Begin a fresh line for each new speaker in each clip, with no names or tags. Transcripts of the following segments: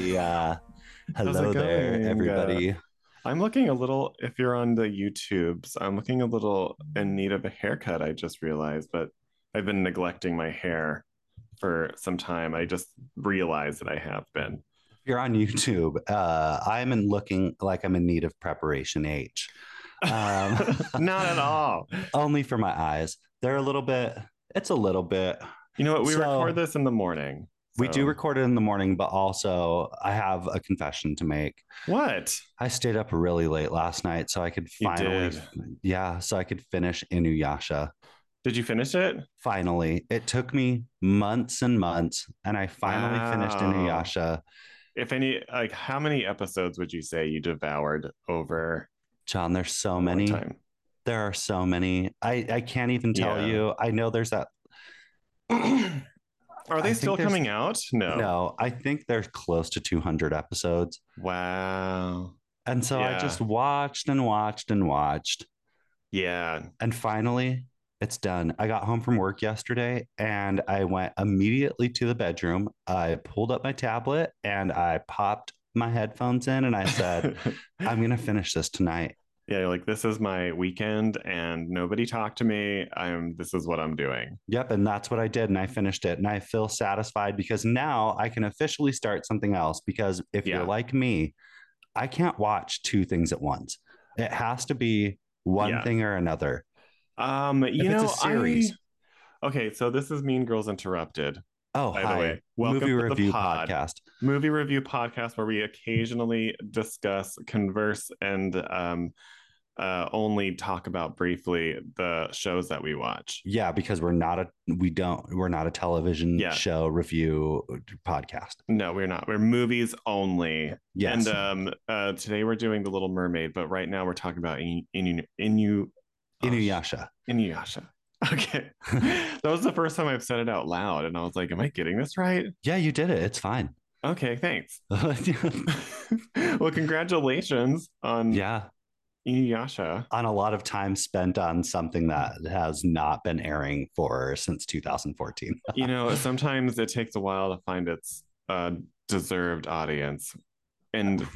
Yeah. uh, Hello
it
there,
going? Uh,
everybody.
I'm looking a little, if you're on the YouTubes, I'm looking a little in need of a haircut, I just realized, but I've been neglecting my hair for some time. I just realized that I have been.
If you're on YouTube, uh, I'm in looking like I'm in need of preparation H. Um,
Not at all.
Only for my eyes. They're a little bit, it's a little bit.
You know what? We
So-
record this in the morning.
We do
so-
record it in the morning, but also I have a confession to make.
What?
I stayed up really late last night so I could
You
finally,
did.
yeah, so I could finish Inuyasha.
Did you finish it?
Finally, it took me months and months, and I finally finished
Wow.
Inuyasha.
If any, like, how many episodes would you say you devoured over
John, there's so
a long
many.
time?
There are so many. I I can't even tell
Yeah.
you. I know there's that.
Are they
think
still
there's-
coming out? No.
No, I think there's close to 200 episodes,
Wow.
and so I
Yeah.
just watched and watched and watched,
Yeah.
and finally. It's done. I got home from work yesterday and I went immediately to the bedroom. I pulled up my tablet and I popped my headphones in and I said, I'm going to finish this tonight.
yeah, like this is my weekend and nobody talked to me. I'm this is what I'm doing.
Yep, and that's what I did, and I finished it, and I feel satisfied because now I can officially start something else. Because if
Yeah.
you're like me, I can't watch two things at once. It has to be one
Yeah.
thing or another.
Um,
it's
you know,
a
I-
series.
Okay, so this is Mean Girls Interrupted.
Oh,
By the
hi.
way, welcome
movie
to the
review
pod.
podcast.
movie review podcast where we occasionally discuss, converse, and um, uh, only talk about briefly the shows that we watch.
Yeah, because we're not a we don't we're not a television
Yeah.
show review uh, podcast.
No, we're not. We're movies only.
Yes,
And um, uh, today we're doing The Little Mermaid, but right now we're talking about Inu Inu Inu
Oh,
oh.
Inuyasha.
Inuyasha. Okay, that was the first time I've said it out loud, and I was like, "Am I getting this right?"
Yeah, you did it. It's fine.
Okay, thanks. well, congratulations on
yeah,
Inuyasha.
on a lot of time spent on something that has not been airing for since 2014.
you know, sometimes it takes a while to find its uh, deserved audience. And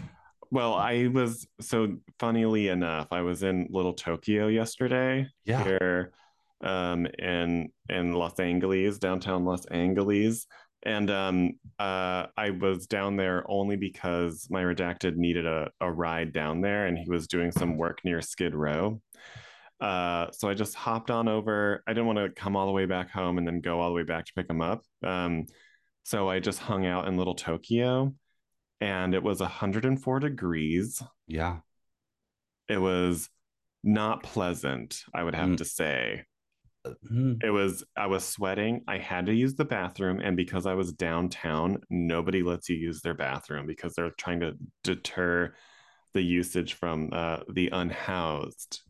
well, I was so funnily enough, I was in Little Tokyo yesterday
Yeah.
here um, in in Los Angeles, downtown Los Angeles. And um, uh, I was down there only because my redacted needed a, a ride down there and he was doing some work near Skid Row. Uh, so I just hopped on over. I didn't want to come all the way back home and then go all the way back to pick him up. Um, so I just hung out in Little Tokyo and it was 104 degrees.
Yeah.
It was not pleasant, I would have
Mm.
to say.
Mm.
It was, I was sweating. I had to use the bathroom. And because I was downtown, nobody lets you use their bathroom because they're trying to deter the usage from uh, the unhoused.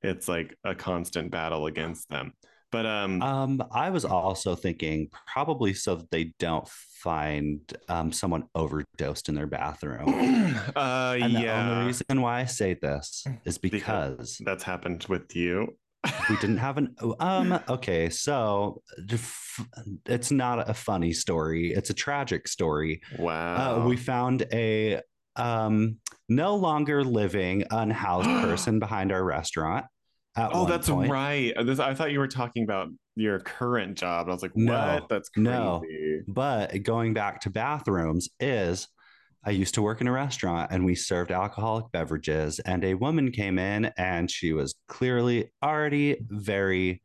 It's like a constant battle against them. But um,
Um, I was also thinking probably so that they don't find um, someone overdosed in their bathroom.
uh,
And the
yeah,
only reason why I say this is because
that's happened with you.
we didn't have an um okay so uh, f- it's not a funny story it's a tragic story
Wow.
uh, we found a um no longer living unhoused person behind our restaurant at
oh,
one
that's
point.
right. This, I thought you were talking about your current job. I was like, what?
No.
that's crazy.
No. But going back to bathrooms is I used to work in a restaurant and we served alcoholic beverages and a woman came in and she was clearly already very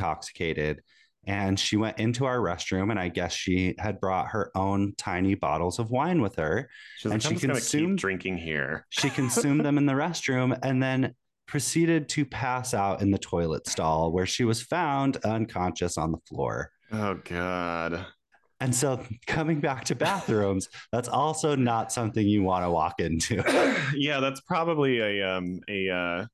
intoxicated and she went into our restroom and I guess she had brought her own tiny bottles of wine with her.
She's
And
like, I'm
she
just going to keep
consumed-
drinking here.
She consumed them in the restroom and then proceeded to pass out in the toilet stall where she was found unconscious on the floor.
Oh, God.
And so coming back to bathrooms, that's also not something you want to walk into.
yeah, that's probably a, um, a, uh,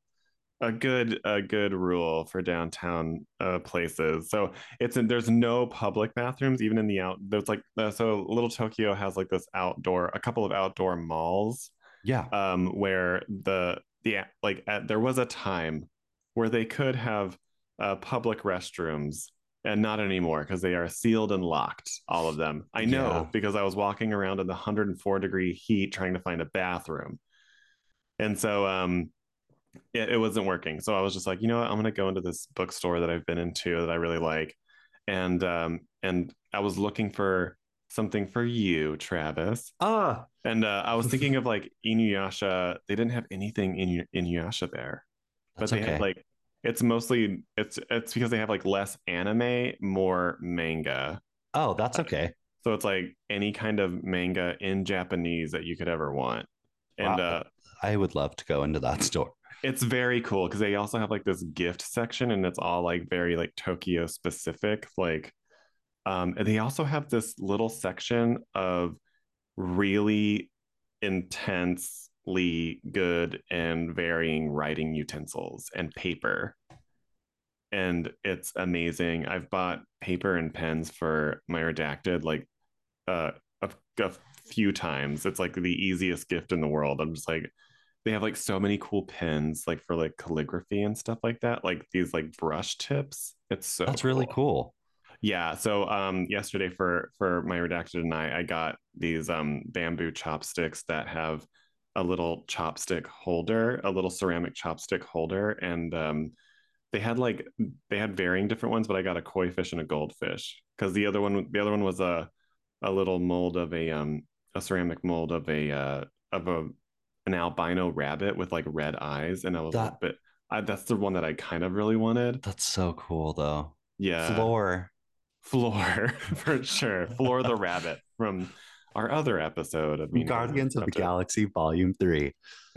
a good a good rule for downtown uh, places. So it's there's no public bathrooms even in the out. There's like uh, so Little Tokyo has like this outdoor a couple of outdoor malls
Yeah.
um, where the the like at, there was a time where they could have uh, public uh, restrooms and not anymore because they are sealed and locked all of them i know
Yeah.
because i was walking around in the 104 degree heat trying to find a bathroom and so um it, it wasn't working so i was just like you know what i'm going to go into this bookstore that i've been into that i really like and um and i was looking for something for you travis
Ah,
and uh, I was thinking of like Inuyasha. They didn't have anything in Inuyasha there, but
that's
they
okay.
had like it's mostly it's it's because they have like less anime, more manga.
oh, that's okay.
So it's like any kind of manga in Japanese that you could ever want, and
Wow.
uh,
I would love to go into that store.
it's very cool because they also have like this gift section, and it's all like very like Tokyo specific. Like, um, and they also have this little section of really intensely good and varying writing utensils and paper. And it's amazing. I've bought paper and pens for my redacted like uh, a, a few times. It's like the easiest gift in the world. I'm just like, they have like so many cool pens, like for like calligraphy and stuff like that, like these like brush tips. It's so
That's really cool.
yeah. So um yesterday for for my redacted and I I got these um bamboo chopsticks that have a little chopstick holder, a little ceramic chopstick holder and um they had like they had varying different ones but I got a koi fish and a goldfish cuz the other one the other one was a a little mold of a um a ceramic mold of a uh of a an albino rabbit with like red eyes and I was
That-
like but I, that's the one that I kind of really wanted.
That's so cool, though.
Yeah.
Floor.
Floor for sure. Floor the rabbit from our other episode of Mean Girls
Guardians of the
Interrupted.
Galaxy Volume 3.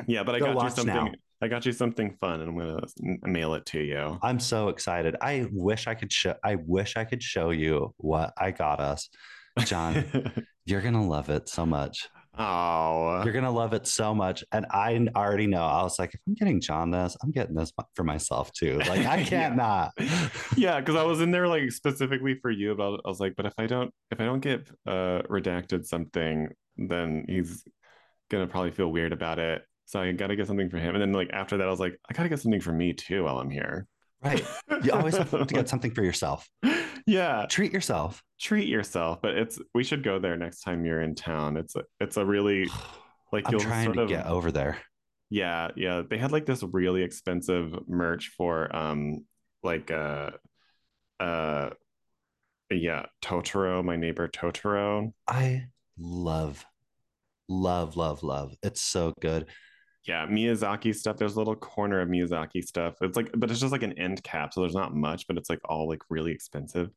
Yeah, but I
Go
got you
watch
something.
now.
I got you something fun, and I'm gonna s- mail it to you.
I'm so excited. I wish I could show I wish I could show you what I got us. John, you're going to love it so much.
oh,
You're going to love it so much. And I already know. I was like, if I'm getting John this, I'm getting this for myself too. Like I
Yeah.
can't not.
yeah, because I was in there like specifically for you. About I was like, but if I don't, if I don't get uh redacted something, then he's gonna probably feel weird about it. So I gotta get something for him, and then like after that, I was like, I gotta get something for me too while I'm here.
Right. You always have to get something for yourself.
yeah,
Treat yourself.
treat yourself but it's we should go there next time you're in town it's a, it's a really like
I'm
you'll
trying
sort
to
of
get over there.
yeah yeah they had like this really expensive merch for um like uh uh yeah totoro my neighbor totoro
I love love love love. It's so good.
yeah miyazaki stuff there's a little corner of miyazaki stuff it's like but it's just like an end cap so there's not much but it's like all like really expensive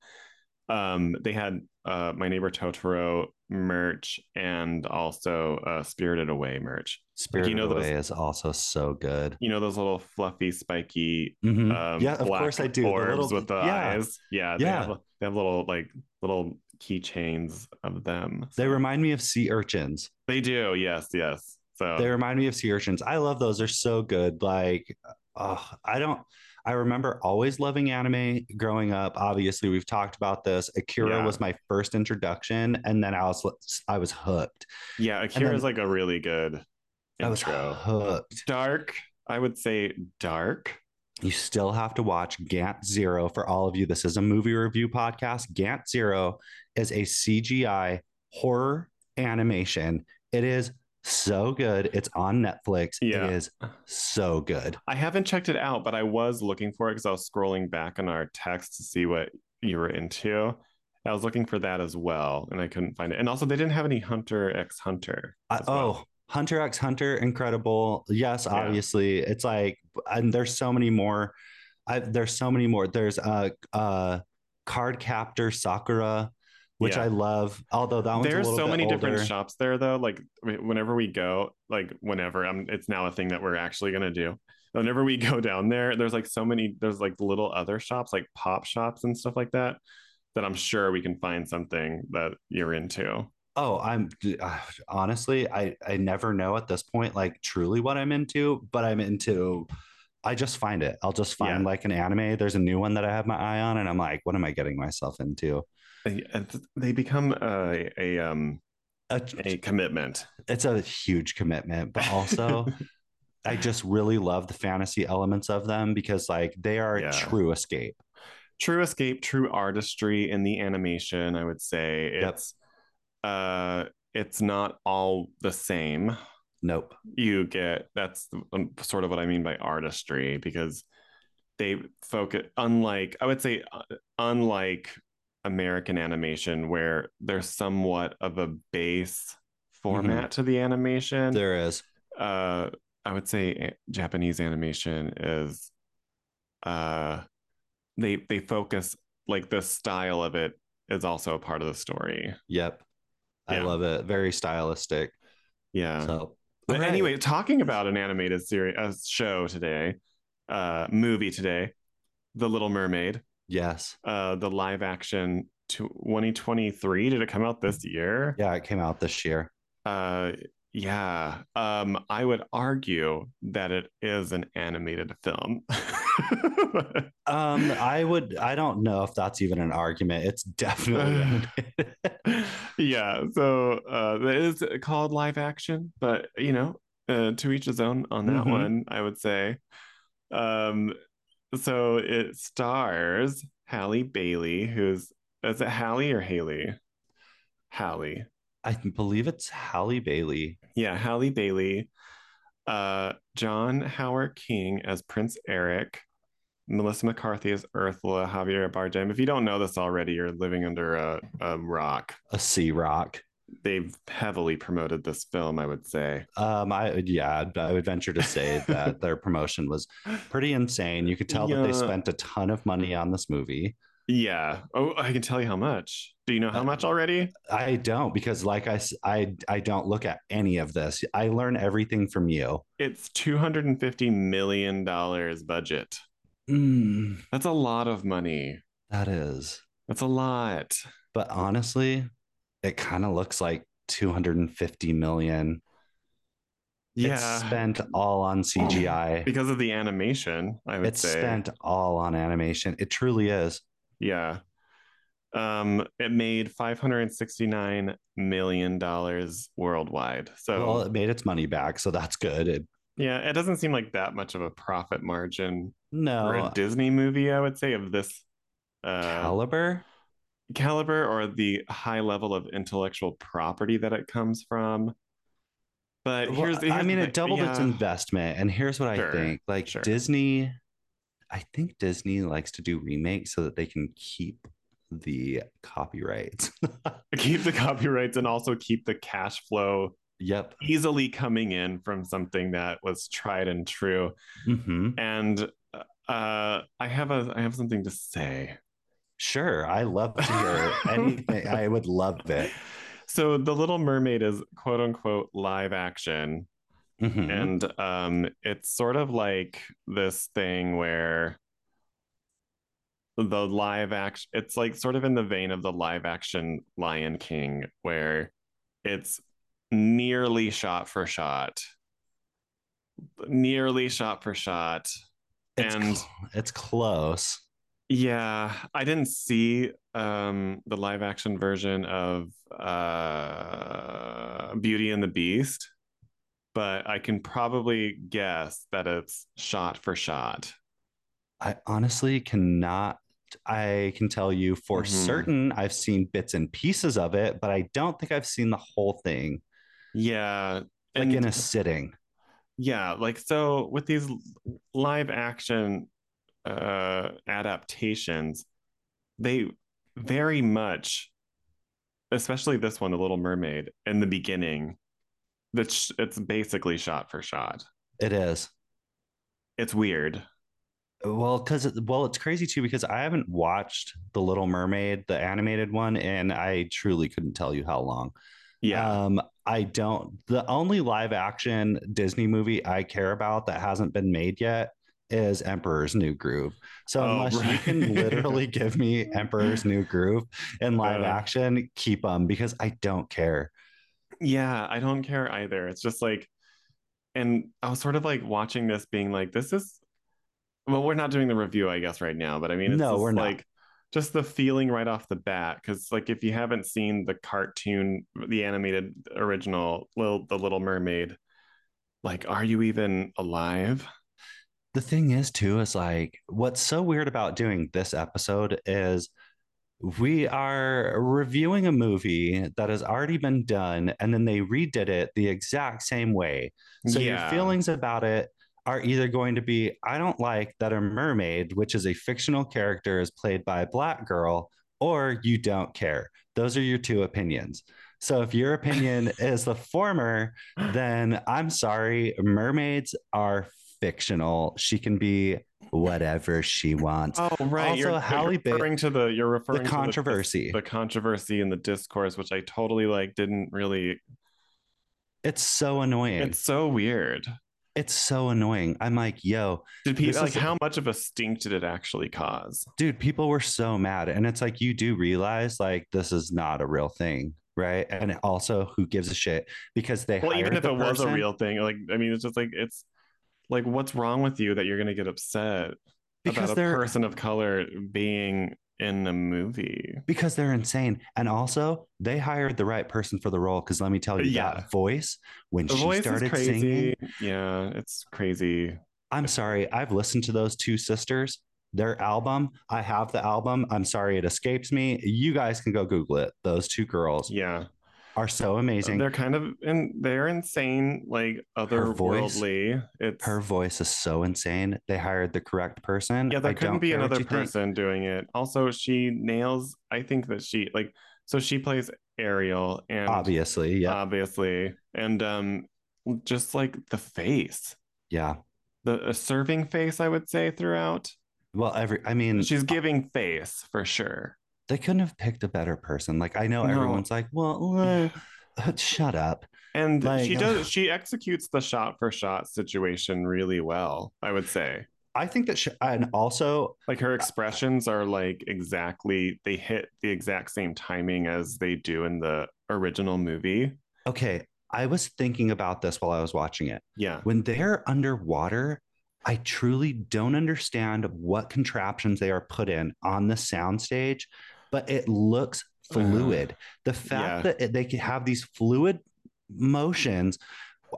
um they had uh my neighbor totoro merch and also uh spirited away merch
Spirited
know those- Uh,
Away is also so good.
you know those little fluffy spiky
Mhm.
um,
yeah, of
black
course I do. The
orbs
little-
with the
yeah.
eyes yeah they,
Yeah.
Have, they have little like little keychains of them
They
So-
remind me of sea urchins.
they do yes yes so
They remind me of sea urchins. I love those. They're so good. Like, oh, I don't. I remember always loving anime growing up. Obviously, we've talked about this. Akira
Yeah.
was my first introduction, and then I was I was hooked.
yeah akira is
then- Oh,
like a really good
I was
intro
hooked.
dark i would say dark
You still have to watch Gant Zero for all of you. This is a movie review podcast. Gant Zero is a CGI horror animation. It is so good. It's on Netflix.
Yeah.
It is so good.
i haven't checked it out but i was looking for it because i was scrolling back on our text to see what you were into i was looking for that as well and i couldn't find it and also they didn't have any hunter x hunter
I,
as well.
oh, Hunter x Hunter, incredible. Yes,
Yeah.
obviously, it's like, and there's so many more. I, there's so many more. There's a uh, uh, card captor Sakura, which
Yeah.
I love. Although that one's a
There's
little
so
bit
many different
older.
shops there though. Like wh- whenever we go, like whenever I'm, it's now a thing that we're actually gonna do. Whenever we go down there, there's like so many. There's like little other shops, like pop shops and stuff like that. That I'm sure we can find something that you're into.
Oh, I'm uh, honestly, I I never know at this point, like truly what I'm into, but I'm into. I just find it. I'll just find
Yeah.
like an anime. There's a new one that I have my eye on, and I'm like, what am I getting myself into?
And- and They become a a um
A-
a commitment.
it's a huge commitment, but also I just really love the fantasy elements of them because like they are
Yeah.
a true escape.
true escape, true artistry in the animation. I would say
Yep.
it's uh, it's not all the same.
Nope.
You get that's um, sort of what I mean by artistry because they focus unlike I would say uh, unlike American animation where there's somewhat of a base format to the animation
There is.
uh i would say a- japanese animation is uh they they focus like the style of it is also a part of the story
Yep. I
Yeah.
love it. Very stylistic.
yeah
So
but
Alright.
anyway talking about an animated series a show today uh movie today the little mermaid
yes.
uh the live action to 2023 did it come out this year
Yeah, it came out this year.
uh yeah um i would argue that it is an animated film
Um, I would I don't know if that's even an argument. It's definitely
yeah so uh it is called live action but you know uh, to each his own on that
Mhm.
one i would say um so it stars hallie bailey who's is it hallie or haley hallie
I believe it's Halle Bailey.
Yeah, Halle Bailey, uh, John Howard King as Prince Eric, Melissa McCarthy as Ursula, Javier Bardem. If you don't know this already, you're living under a, a rock.
A sea rock.
They've heavily promoted this film, I would say.
Um, I yeah, I'd- I would venture to say that their promotion was pretty insane. You could tell that they
Yeah.
spent a ton of money on this movie.
Yeah. Oh, I can tell you how much. Do you know how much already?
I don't because like I s- I I don't look at any of this. I learn everything from you.
It's $250 million budget.
Mm,
That's a lot of money.
that is.
That's a lot.
But honestly, it kind of looks like 250 million.
Yeah.
It's spent all on CGI.
because of the animation, I would
It's
say.
spent all on animation. It truly is.
Yeah. Um, it made five hundred and sixty-nine million dollars worldwide. So
Well, it made its money back, so that's good. It-
yeah, it doesn't seem like that much of a profit margin for a
no
Disney movie, I would say, of this uh
caliber.
caliber or the high level of intellectual property that it comes from. But
Well,
here's,
I
here's
mean,
the
it
thing-
doubled its
yeah.
investment, and here's what
Sure,
I think: like
sure.
Disney, I think Disney likes to do remakes so that they can keep the copyrights.
keep the copyrights and also keep the cash flow
yep.
easily coming in from something that was tried and true.
hmm
and uh, I have a I have something to say.
Sure, I love to hear anything. I would love it.
So, The Little Mermaid is quote unquote live action,
Mhm.
and um, it's sort of like this thing where the live action it's like sort of in the vein of the live action Lion King, where it's nearly shot for shot, nearly shot for shot,
it's,
and-
cl- it's close.
Yeah, I didn't see um the live action version of uh Beauty and the Beast, but I can probably guess that it's shot for shot.
I honestly cannot. I can tell you for
Mhm.
certain I've seen bits and pieces of it, but I don't think I've seen the whole thing,
Yeah,
like
and
in a sitting.
yeah, like so with these l- live action uh adaptations, they very much, especially this one, The Little Mermaid, in the beginning, that's it's basically shot for shot.
It is.
It's weird.
Well, because well, it's crazy too because I haven't watched The Little Mermaid, the animated one, and I truly couldn't tell you how long.
Yeah.
Um, I don't. The only live action Disney movie I care about that hasn't been made yet is Emperor's New Groove. So
Oh,
unless you
right.
can literally give me Emperor's New Groove in live
Uh.
action, keep them because I don't care.
yeah. I don't care either. It's just like, and I was sort of like watching this being like, this is, well, we're not doing the review, I guess, right now, but I mean, it's
No,
just
we're not.
like, just the feeling right off the bat. Cause like, if you haven't seen the cartoon, the animated original, Little, The Little Mermaid, like, are you even alive?
the thing is too is like what's so weird about doing this episode is we are reviewing a movie that has already been done and then they redid it the exact same way so your
Yeah.
feelings about it are either going to be i don't like that a mermaid which is a fictional character is played by a black girl or you don't care those are your two opinions so if your opinion is the former then I'm sorry, mermaids are fictional. She can be whatever she wants.
Oh right.
Also,
you're,
Halle
you're
Ba-
referring to the you're referring
the
to
controversy.
the, the controversy and the discourse, which I totally like. Didn't really.
it's so annoying.
It's
It's,
so weird.
so annoying. I'm like, yo,
Did people like
This is-
how much of a stink did it actually cause?
dude, people were so mad. And it's like, you do realize like this is not a real thing. Right. And also, who gives a shit? Because they
Well, even
hired
if
the
it was a
person-
real thing, like I mean, it's just like it's like what's wrong with you that you're gonna get upset
because
about a
they're
person of color being in a movie?
because they're insane. And also, they hired the right person for the role. Because let me tell you,
Yeah.
that voice when
The
she
voice is
started
crazy.
singing,
Yeah, it's crazy.
I'm sorry. I've listened to those two sisters, their album. I have the album. I'm sorry it escapes me. You guys can go Google it. Those two girls
Yeah,
are so amazing.
they're kind of in. They're insane, like
voice-
otherworldly. It's
Her voice is so insane. They hired the correct person.
yeah. There
I
couldn't
don't
be
care what
another
you think.
person doing it. Also, she nails. I think that she like so she plays Ariel and
Obviously. Yeah.
Uh, obviously, and um, just like the face.
yeah.
the a serving face i would say throughout
Well, every, I mean,
she's giving face for sure
they couldn't have picked a better person. Like, I know
No.
everyone's like, well, uh, shut up.
and
Like- uh,
she does she executes the shot for shot situation really well i would say
I think that, sh- and also,
like her expressions are like exactly they hit the exact same timing as they do in the original movie
okay, I was thinking about this while I was watching it.
yeah
when they're underwater, I truly don't understand what contraptions they are put in on the soundstage, but it looks fluid. the fact that it, they can have these fluid motions,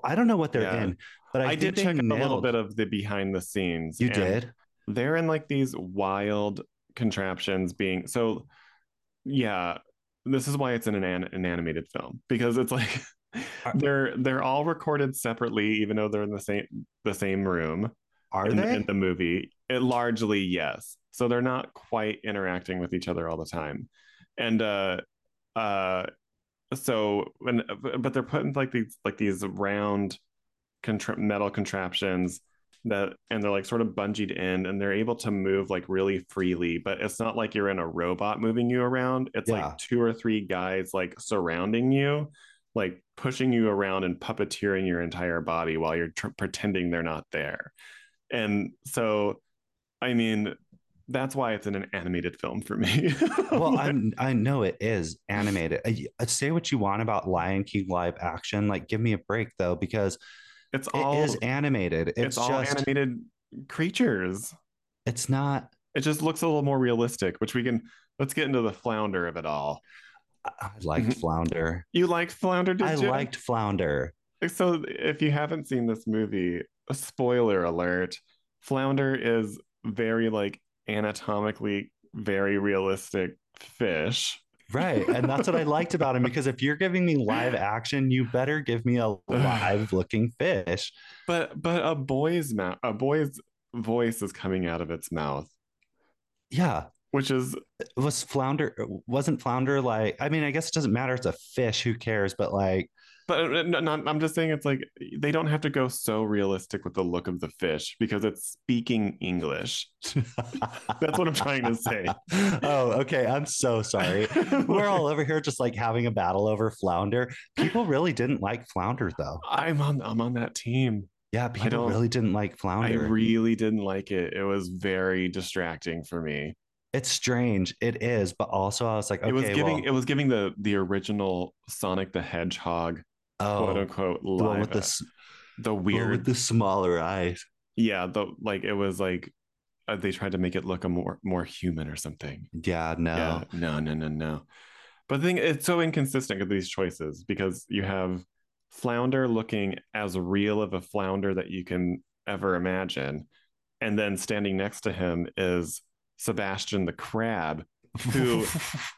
I don't know what they're
Yeah.
in, but I,
i, did
think
check
they
out a little
nailed-
bit of the behind the scenes
You
and
did.
they're in like these wild contraptions being so yeah this is why it's in an, an, an animated film because it's like
Are-
they're they're all recorded separately even though they're in the same the same room
Are
in,
they?
in the movie it largely yes so they're not quite interacting with each other all the time and uh uh so and but they're putting like these like these round contra- metal contraptions that and they're like sort of bungeed in and they're able to move like really freely but it's not like you're in a robot moving you around it's
Yeah.
like two or three guys like surrounding you like pushing you around and puppeteering your entire body while you're tr- pretending they're not there and so i mean that's why it's in an animated film for me
well, I'm, I know it is animated. I, I say what you want about Lion King live action. Like, give me a break though, because
it's
it is
all it's,
animated. It's,
all
just,
animated creatures
it's not
it just looks a little more realistic which we can let's get into the flounder of it all
I I liked
Mhm.
Flounder.
you liked flounder did
I
you
liked Flounder.
so if you haven't seen this movie a spoiler alert flounder is very like anatomically very realistic fish
Right. And that's what I liked about him because if you're giving me live action, you better give me a live looking fish.
but but a boy's mouth a boy's voice is coming out of its mouth
Yeah.
which is
Was Flounder, wasn't Flounder like, I mean, I guess it doesn't matter. It's a fish. Who cares? But like,
But uh, no, not, I'm just saying it's like they don't have to go so realistic with the look of the fish because it's speaking English. That's what I'm trying to say.
oh, okay. I'm so sorry. We're all over here just like having a battle over Flounder. People really didn't like Flounder though.
I'm on. I'm on that team.
Yeah. People
don't-
really didn't like
I
Flounder.
really didn't like it. It was very distracting for me.
It's strange. It is, but also I was like, okay,
it was giving.
well,
It was giving the the original Sonic the Hedgehog quote
oh,
unquote
the one with
live
the
uh,
s-
the
the one
weird
with the smaller eyes.
yeah the like it was like uh, they tried to make it look a more more human or something.
Yeah, no,
Yeah, no, no, no, no. But the thing it's so inconsistent with these choices because you have flounder looking as real of a flounder that you can ever imagine, And then standing next to him is Sebastian the crab, who,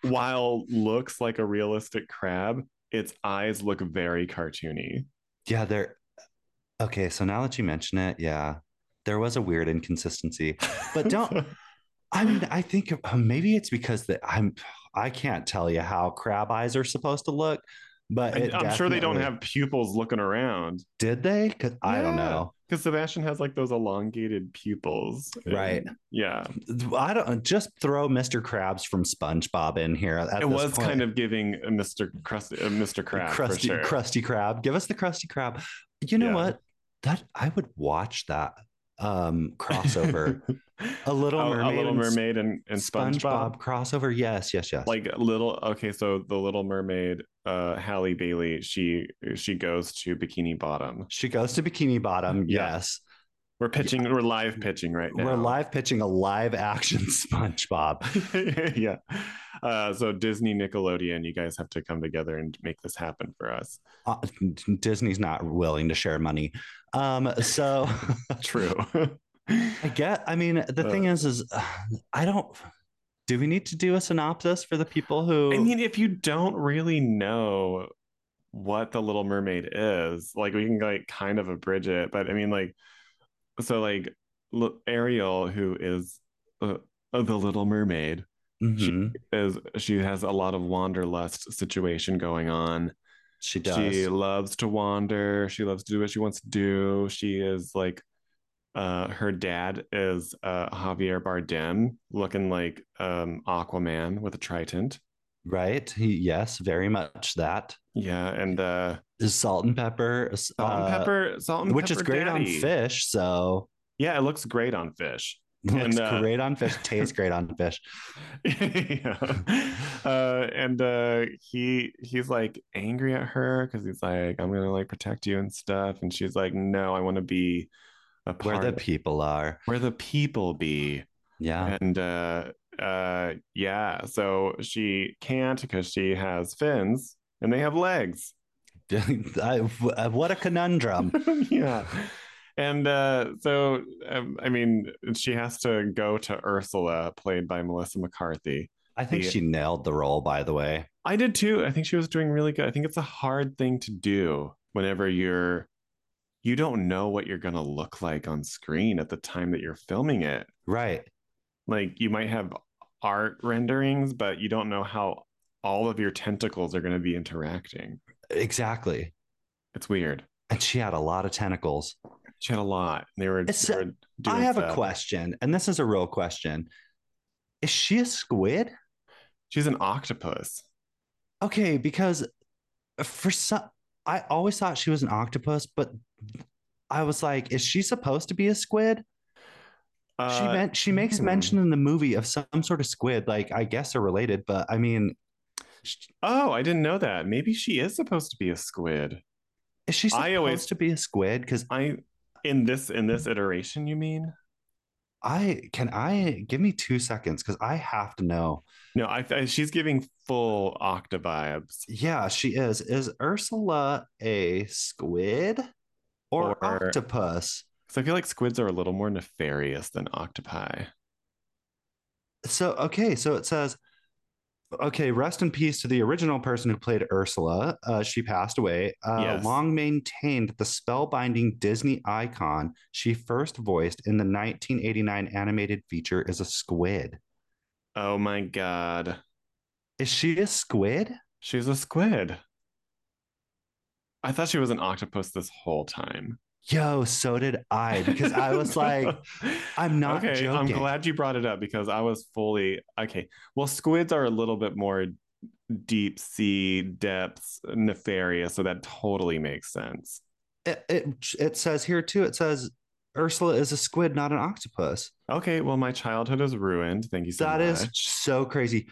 while looks like a realistic crab, its eyes look very cartoony.
Yeah, there. Okay, so now that you mention it, yeah, there was a weird inconsistency. But don't. I mean, I think uh, maybe it's because that I'm. I can't tell you how crab eyes are supposed to look, but
And
it
I'm sure they don't
definitely-
have pupils looking around.
Did they? Because I don't
Yeah.
know.
Because Sebastian has like those elongated pupils. And-
Right.
Yeah.
I don't. Just throw Mr. Krabs from SpongeBob in here. At
it
this
was
point.
kind of giving uh, Mr. Krusty, uh, Mr. Krab for
crusty,
sure.
crusty crab. Give us the crusty crab. You know
Yeah.
what? That I would watch that um crossover. a
Oh,
Little
a
Mermaid,
Little
and S-
Mermaid and, and SpongeBob.
crossover. Yes, yes, yes.
Like little okay, so the Little Mermaid, uh, Halle Bailey, she she goes to Bikini Bottom.
she goes to Bikini Bottom.
Yeah.
Yes,
We're pitching, we're live pitching right now.
we're live pitching a live action SpongeBob.
yeah. Uh, so Disney, Nickelodeon, you guys have to come together and make this happen for us.
Uh, Disney's not willing to share money. Um, so
True.
I get. I mean, the
Uh.
thing is, is uh, I don't. Do we need to do a synopsis for the people who?
I mean, if you don't really know what the Little Mermaid is, like we can like kind of abridge it, but I mean, like, so like L- Ariel, who is uh, uh, the Little Mermaid,
Mhm,
is she has a lot of wanderlust situation going on.
she does.
She loves to wander. She loves to do what she wants to do. She is like, uh, her dad is uh, Javier Bardem, looking like um, Aquaman with a trident.
Right. He, yes, very much that.
Yeah, and uh,
Is salt and pepper. s-
salt and
uh,
pepper, salt and
which
pepper
is great
daddy.
on fish. So
Yeah, it looks great on fish.
looks
And, uh,
great on fish. Tastes great on fish.
yeah. uh, and uh, he he's like angry at her because he's like, I'm gonna like protect you and stuff, and she's like, No, I want to be a
Where
part
the
of-
people are.
where the people be.
Yeah.
And uh, uh, yeah, so she can't because she has fins and they have legs.
I, uh, what a conundrum.
yeah and uh so um, i mean she has to go to ursula played by melissa mccarthy
I think
Yeah.
she nailed the role, by the way.
i did too i think she was doing really good i think it's a hard thing to do whenever you're you don't know what you're going to look like on screen at the time that you're filming it
Right.
like you might have art renderings but you don't know how all of your tentacles are going to be interacting
Exactly.
it's weird
And she had a lot of tentacles.
she had a lot they were,
It's-
they were doing
I have a
stuff.
question, and this is a real question. Is she a squid?
she's an octopus
Okay, because for some, I always thought she was an octopus, but I was like, is she supposed to be a squid? she
Uh,
meant she makes
hmm.
mention in the movie of some sort of squid. Like I guess they're related, but I mean,
Oh, I didn't know that. Maybe she is supposed to be a squid.
is she supposed
I always-
to be a squid? Because
I in this in this iteration, you mean?
I can I give me two seconds because I have to know.
No, I, I she's giving full octa vibes.
Yeah, she is. Is Ursula a squid or,
Or-
octopus?
Because I feel like squids are a little more nefarious than octopi.
So okay, so it says, okay, rest in peace to the original person who played Ursula. Uh, she passed away. Uh,
Yes.
Long maintained the spellbinding Disney icon she first voiced in the 1989 animated feature is a squid.
Oh my god.
Is she a squid?
She's a squid. I thought she was an octopus this whole time.
Yo, so did I because I was like, I'm not
okay,
joking.
I'm glad you brought it up because I was fully okay. Well, squids are a little bit more deep sea depths nefarious, so that totally makes sense.
It, it it says here too. It says Ursula is a squid, not an octopus.
Okay, well, my childhood is ruined. Thank you so
That
much.
is so crazy.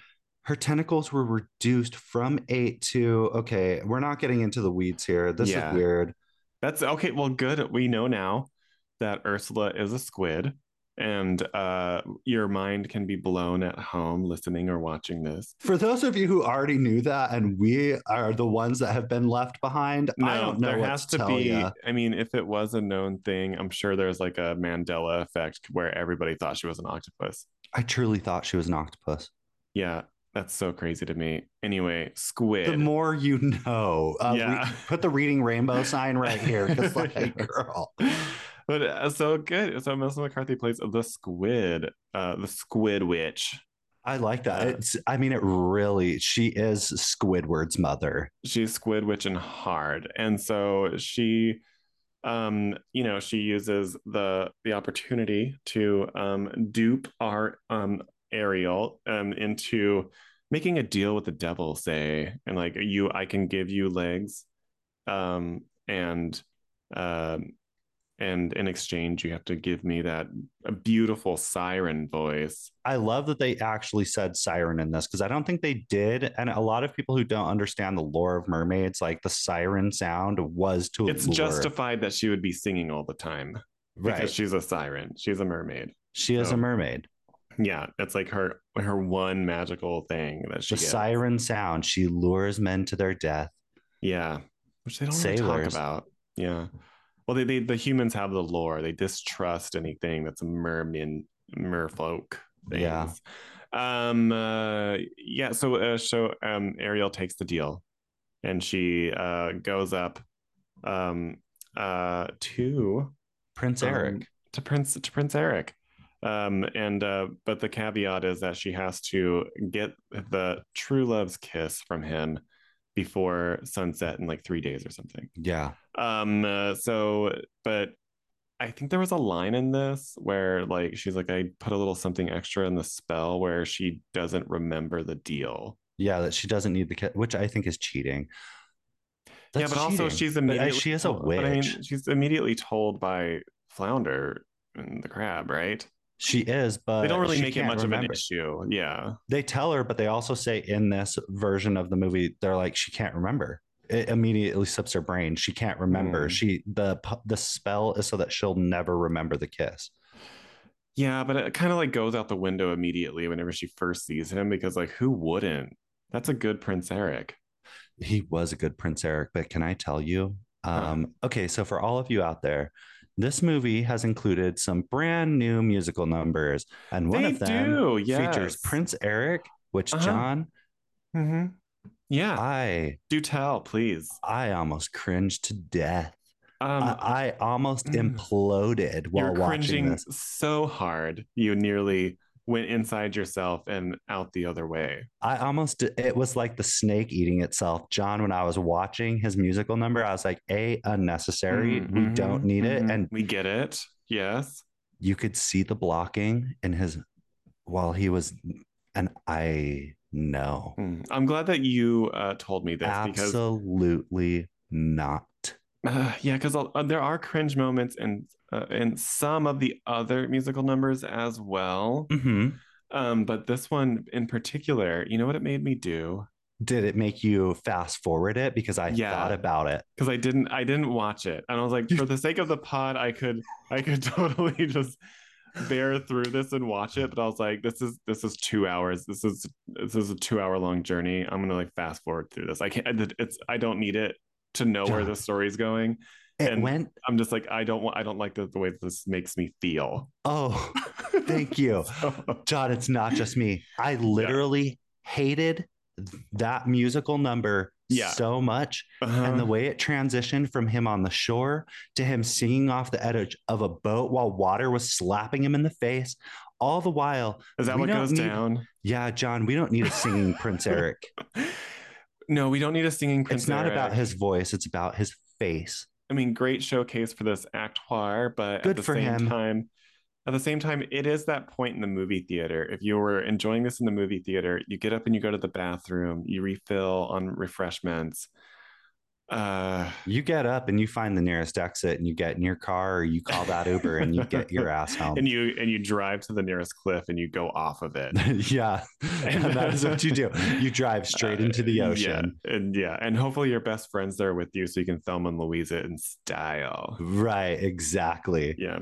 Her tentacles were reduced from eight to okay. We're not getting into the weeds here. This
Yeah.
is weird.
That's okay. Well, good. We know now that Ursula is a squid. and uh, your mind can be blown at home listening or watching this.
For those of you who already knew that, and we are the ones that have been left behind, I don't know.
there
what
has
to,
to
tell
be.
ya.
I mean, if it was a known thing, I'm sure there's like a Mandela effect where everybody thought she was an octopus.
I truly thought she was an octopus.
Yeah, that's so crazy to me. Anyway, squid.
The more you know, uh, we-
yeah.
put the reading rainbow sign right here because, like,
Yeah.
girl,
but uh, so good. So Melissa McCarthy plays the squid, uh, the squid witch.
I like that.
Uh,
It's, I mean, it really. She is Squidward's mother.
she's squid witch and hard and so she um you know she uses the the opportunity to um dupe our um ariel um into making a deal with the devil say and like you i can give you legs um and um and in exchange you have to give me that a beautiful siren voice
I love that they actually said siren in this because I don't think they did. And a lot of people who don't understand the lore of mermaids, like the siren sound was to
it's
lure-
justified that she would be singing all the time because
right.
she's a siren she's a mermaid
She is
so-
a mermaid.
yeah it's like her her one magical thing that she
The
gets.
siren sound. She lures men to their death.
yeah which they don't really talk
Sailors.
about yeah well they, they the humans have the lore they distrust anything that's merman merfolk things.
Yeah.
um uh, yeah so uh, so um ariel takes the deal and she uh goes up um uh to
Prince Eric.
um, to Prince to Prince Eric. Um, and uh, but the caveat is that she has to get the true love's kiss from him before sunset in like three days or something.
yeah.
Um, uh, so but I think there was a line in this where like she's like, I put a little something extra in the spell where she doesn't remember the deal.
Yeah. That she doesn't need the kid, which I think is cheating.
yeah,
That's
but also
cheating.
she's
But, uh,
immediately
she is a
told- but I mean,
witch.
she's immediately told by Flounder and the crab, right?
She is, but
they don't
Uh,
really
she
make it
can't
much of
remember.
an issue. Yeah.
They tell her, but they also say in this version of the movie, they're like, she can't remember. It immediately slips her brain. She can't remember.
Hmm.
She the pu- the spell is so that she'll never remember the kiss.
Yeah, but it kind of like goes out the window immediately whenever she first sees him because like who wouldn't? That's a good Prince Eric.
He was a good Prince Eric, but can I tell you? Um, okay, so for all of you out there, this movie has included some brand new musical numbers, and one
they
of them
do, yes.
features Prince Eric. Which
Uh-huh.
John,
hmm Yeah,
I
do tell, please.
I almost cringed to death.
Um,
I, I almost
mm.
imploded while
you're
watching
cringing
this.
so hard you nearly went inside yourself and out the other way.
I almost it was like the snake eating itself. John, when I was watching his musical number, I was like, A, unnecessary.
Mm,
We
mhm,
don't need
mhm.
it. And
we get it. Yes.
you could see the blocking in his while he was and I know.
Mm. I'm glad that you uh, told me this because
Absolutely not.
Uh, yeah, because uh, there are cringe moments in uh, in some of the other musical numbers as well.
Mhm.
Um, but this one in particular, you know what it made me do?
Did it make you fast forward it? Because I
Yeah.
thought about it.
Because I didn't, I didn't watch it, and I was like, for the sake of the pod, I could, I could totally just bear through this and watch it. But I was like, this is this is two hours. This is this is a two hour long journey. I'm gonna like fast forward through this. I can't. It's I don't need it to know where
John.
the story's going.
It
And-
went,
I'm just like, I don't want. I don't like the, the way this makes me feel.
oh, thank you.
So-
John, it's not just me. I literally hated th- that musical number
Yeah.
so much. And
Uh-huh.
the way it transitioned from him on the shore to him singing off the edge of a boat while water was slapping him in the face. All the while,
is that
we
what
don't
goes
need-
down?
yeah, John, we don't need a singing Prince Eric.
No, we don't need a singing Prince.
It's not about
Eric.
his voice, it's about his face.
I mean, great showcase for this actoire, but at
Good
the
for
same
him.
time, at the same time, it is that point in the movie theater. If you were enjoying this in the movie theater, you get up and you go to the bathroom, you refill on refreshments. Uh,
You get up and you find the nearest exit and you get in your car or you call that Uber and you get your ass home.
and you and you drive to the nearest cliff and you go off of it.
yeah,
And-
and that is what you do. You drive straight
Uh,
into the ocean.
Yeah, and yeah, and hopefully your best friend's there with you so you can Thelma and Louise it in style.
Right, exactly.
Yeah.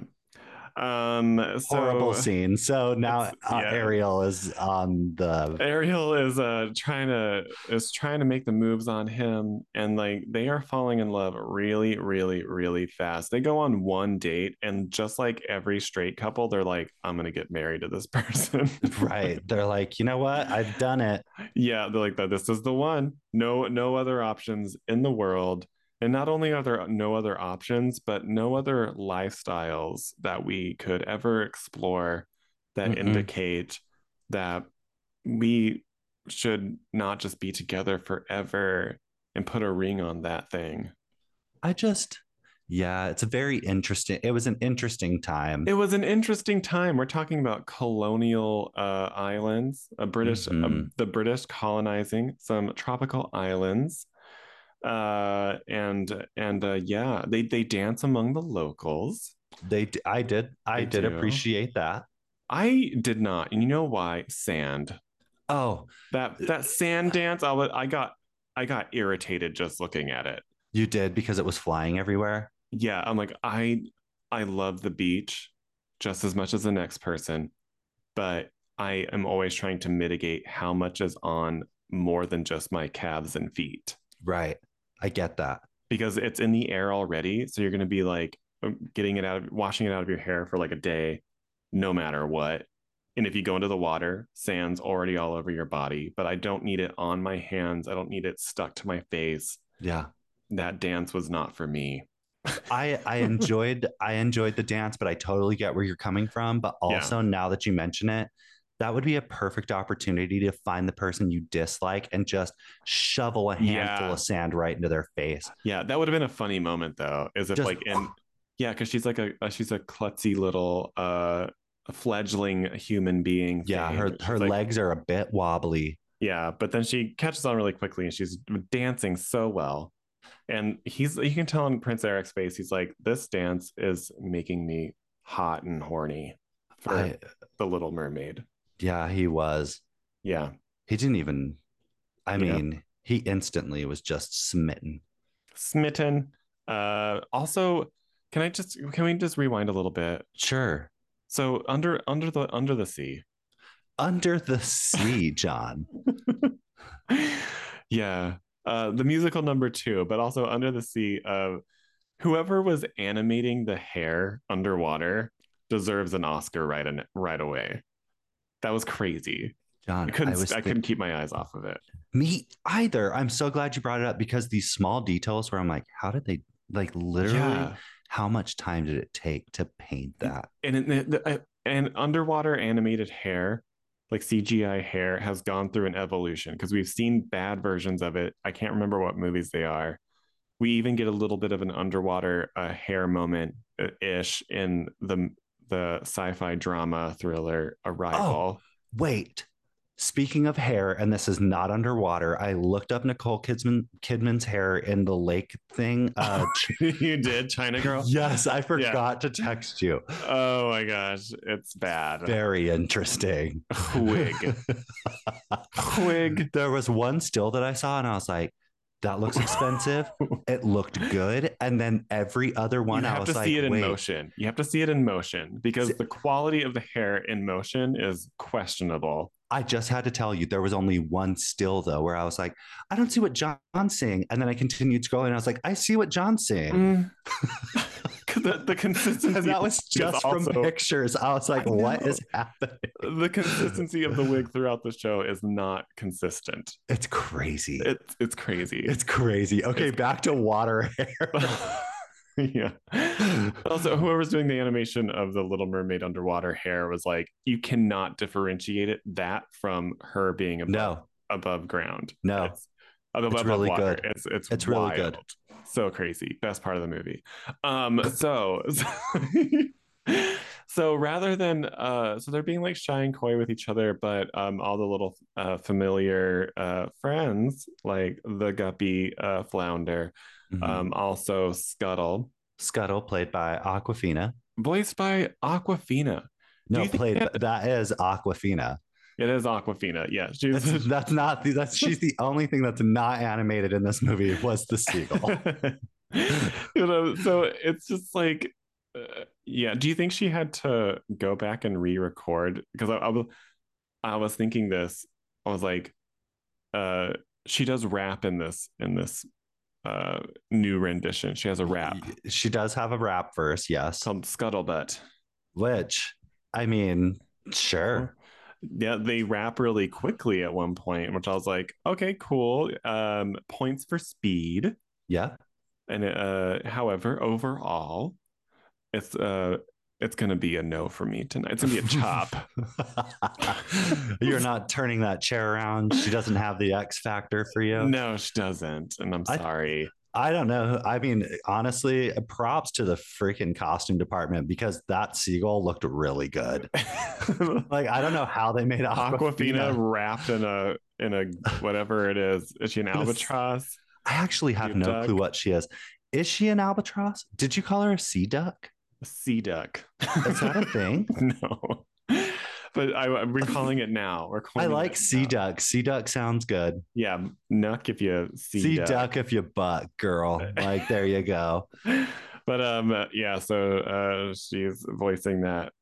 Um, so
Horrible scene. So now uh,
It's- yeah.
Ariel is on the.
Ariel is uh trying to is trying to make the moves on him and like they are falling in love really really really fast. They go on one date and just like every straight couple they're like I'm going to get married to this person.
Right. They're like, you know what? I've done it.
yeah, they're like that this is the one. No no other options in the world. And not only are there no other options, but no other lifestyles that we could ever explore that
Mm-mm.
indicate that we should not just be together forever and put a ring on that thing.
I just, yeah, it's a very interesting. It was an interesting time.
It was an interesting time. We're talking about colonial uh, islands, a British, uh,
Mhm.
the British colonizing some tropical islands, uh, and and uh, yeah, they they dance among the locals.
they, d- I did, I
They
did
do.
appreciate that.
I did not, and you know why? Sand
Oh,
that that sand dance. I was, I got I got irritated just looking at it.
you did because it was flying everywhere.
yeah i'm like i i love the beach just as much as the next person but i am always trying to mitigate how much is on more than just my calves and feet
Right. I get that.
because it's in the air already so you're going to be like um, getting it out of washing it out of your hair for like a day no matter what and if you go into the water sand's already all over your body but i don't need it on my hands i don't need it stuck to my face
Yeah.
that dance was not for me
I I enjoyed I enjoyed the dance, but I totally get where you're coming from. But
Yeah.
also now that you mention it, that would be a perfect opportunity to find the person you dislike and just shovel a handful
Yeah.
of sand right into their face.
Yeah, that would have been a funny moment though, is if
Just-
like in yeah, because she's like a, a she's a klutzy little uh fledgling human being.
Yeah,
thing.
her
She's
her
like-
legs are a bit wobbly.
Yeah, but then she catches on really quickly and she's dancing so well. And he's you can tell in Prince Eric's face, he's like, This dance is making me hot and horny for
I,
the little mermaid.
yeah, he was.
Yeah.
He didn't even. I
Yeah.
mean, he instantly was just smitten.
Smitten. Uh also, can I just can we just rewind a little bit?
Sure,
So under under the under the sea.
under the sea, John.
yeah uh the musical number two but also under the sea uh whoever was animating the hair underwater deserves an oscar right in, right away that was crazy
John,
i couldn't i,
was thinking-
couldn't keep my eyes off of it
Me either. I'm so glad you brought it up because these small details where I'm like, how did they like literally
yeah
how much time did it take to paint that?
and it, the, the, I- and underwater animated hair like cgi hair has gone through an evolution because we've seen bad versions of it i can't remember what movies they are we even get a little bit of an underwater uh, hair moment uh, ish in the the sci-fi drama thriller arrival
Wait. Speaking of hair, and this is not underwater, I looked up Nicole Kidman Kidman's hair in the lake thing. Uh,
you did china girl
yes, I forgot to text you.
oh my gosh it's bad
Very interesting.
Wig. Wig.
There was one still that I saw, and I was like, that looks expensive. it looked good. And then every other one,
you
I
have
was
to
like,
see it in
wait,
motion. You have to see it in motion because
See-
the quality of the hair in motion is questionable.
I just had to tell you there was only one still though where I was like, I don't see what John's seeing. And then I continued scrolling. And I was like, I see what John's
Mm,
seeing.
the, the consistency.
And that was
is
just from
also-
pictures. I was like,
I
what
know.
is happening?
the consistency of the wig throughout the show is not consistent.
It's crazy.
It's it's crazy.
It's crazy. Okay, back to water hair.
yeah. Also, whoever's doing the animation of the Little Mermaid underwater hair was like, you cannot differentiate it that from her being above,
no,
above ground.
no.
It's, above,
It's
above
really
water.
good.
It's it's,
It's really good.
wild. So crazy. Best part of the movie. Um. So. so So rather than uh, so they're being like shy and coy with each other, but um, all the little uh, familiar uh, friends like the guppy uh, flounder,
Mhm.
um, also Scuttle,
Scuttle played by Aquafina.
voiced by Aquafina.
No,
you think
played by- that is Aquafina.
It is Aquafina. Yeah, she's
That's, that's not the, that's she's the only thing that's not animated in this movie was the seagull.
you know, so it's just like uh, yeah. Do you think she had to go back and re-record? Because I, I was, I was thinking this. I was like, uh, she does rap in this in this uh new rendition. She has a rap
She does have a rap verse, yes.
called Scuttlebutt.
Which, I mean, sure.
Yeah, they rap really quickly at one point, which I was like, okay, cool. Um, points for speed.
Yeah.
And uh, however, overall, it's uh, it's gonna be a no for me tonight. It's gonna be a chop.
You're not turning that chair around. She doesn't have the X factor for you.
No, she doesn't, and I'm
I-
sorry.
I don't know. I mean, honestly, uh, props to the freaking costume department because that seagull looked really good. Like, I don't know how they made
Aquafina
Aquafina.
wrapped in a in a whatever it is. Is she an
Yes.
albatross?
I actually have
You
no
duck.
clue what she is. Is she an albatross? Did you call her a sea duck?
A sea duck.
Is that a thing?
no. But I, we're calling it now. We're
I
calling
like
it
sea
now.
duck. Sea duck sounds good.
Yeah, nuck if you see
Sea
duck.
duck if you buck, girl. Like, there you go.
But um, yeah. So uh, she's voicing that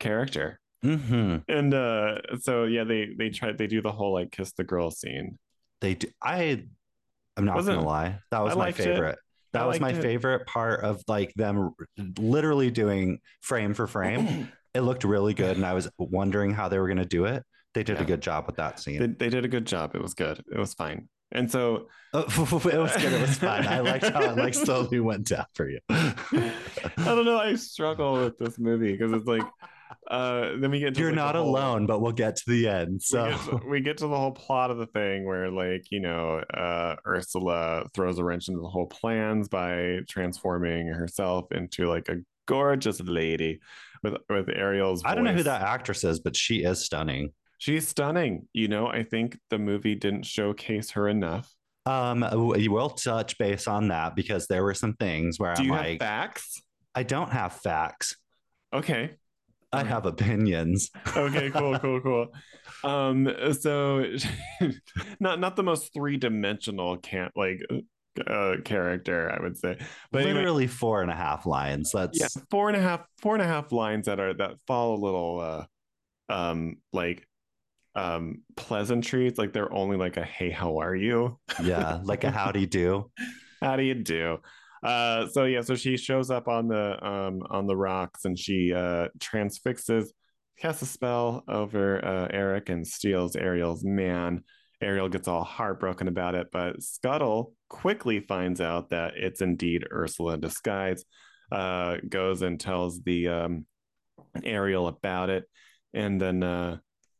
character,
hmm
and uh, so yeah, they they try they do the whole like kiss the girl scene.
They do. I, I'm not
Wasn't-
gonna lie. That was
I
my
liked it.
favorite. That
I
was my
liked it.
favorite part of like them r- literally doing frame for frame. it looked really good, and I was wondering how they were gonna do it. They did a
Yeah.
good job with that
They,
scene.
they did a good job. It was good. It was fine. And so
Oh, it was good. It was fun. I liked how it like slowly went down for you.
I don't know. I struggle with this movie because it's like, uh, then we get to
You're
like,
not
the whole-
alone, but we'll get to the end.
we get to-
So
we get to the whole plot of the thing where, like, you know, uh, Ursula throws a wrench into the whole plans by transforming herself into like a gorgeous lady with with Ariel's.
I don't know who
voice.
that actress is, but she is stunning.
She's stunning. You know, I think the movie didn't showcase her enough.
Um, we will touch base on that because there were some things where
Do
I'm
you have
like,
facts?
I don't have facts.
Okay.
I
Alright.
have opinions.
okay cool cool cool um so not not the most three-dimensional can't like uh character i would say but anyway,
Literally four and a half lines. That's
yeah four and a half four and a half lines that are that fall a little uh um like um pleasantries like they're only like a hey how are you
yeah, like a howdy do.
how do you do uh so yeah so she shows up on the um on the rocks and she uh transfixes casts a spell over uh eric and steals ariel's man ariel gets all heartbroken about it but scuttle quickly finds out that it's indeed ursula in disguise uh goes and tells the um ariel about it and then uh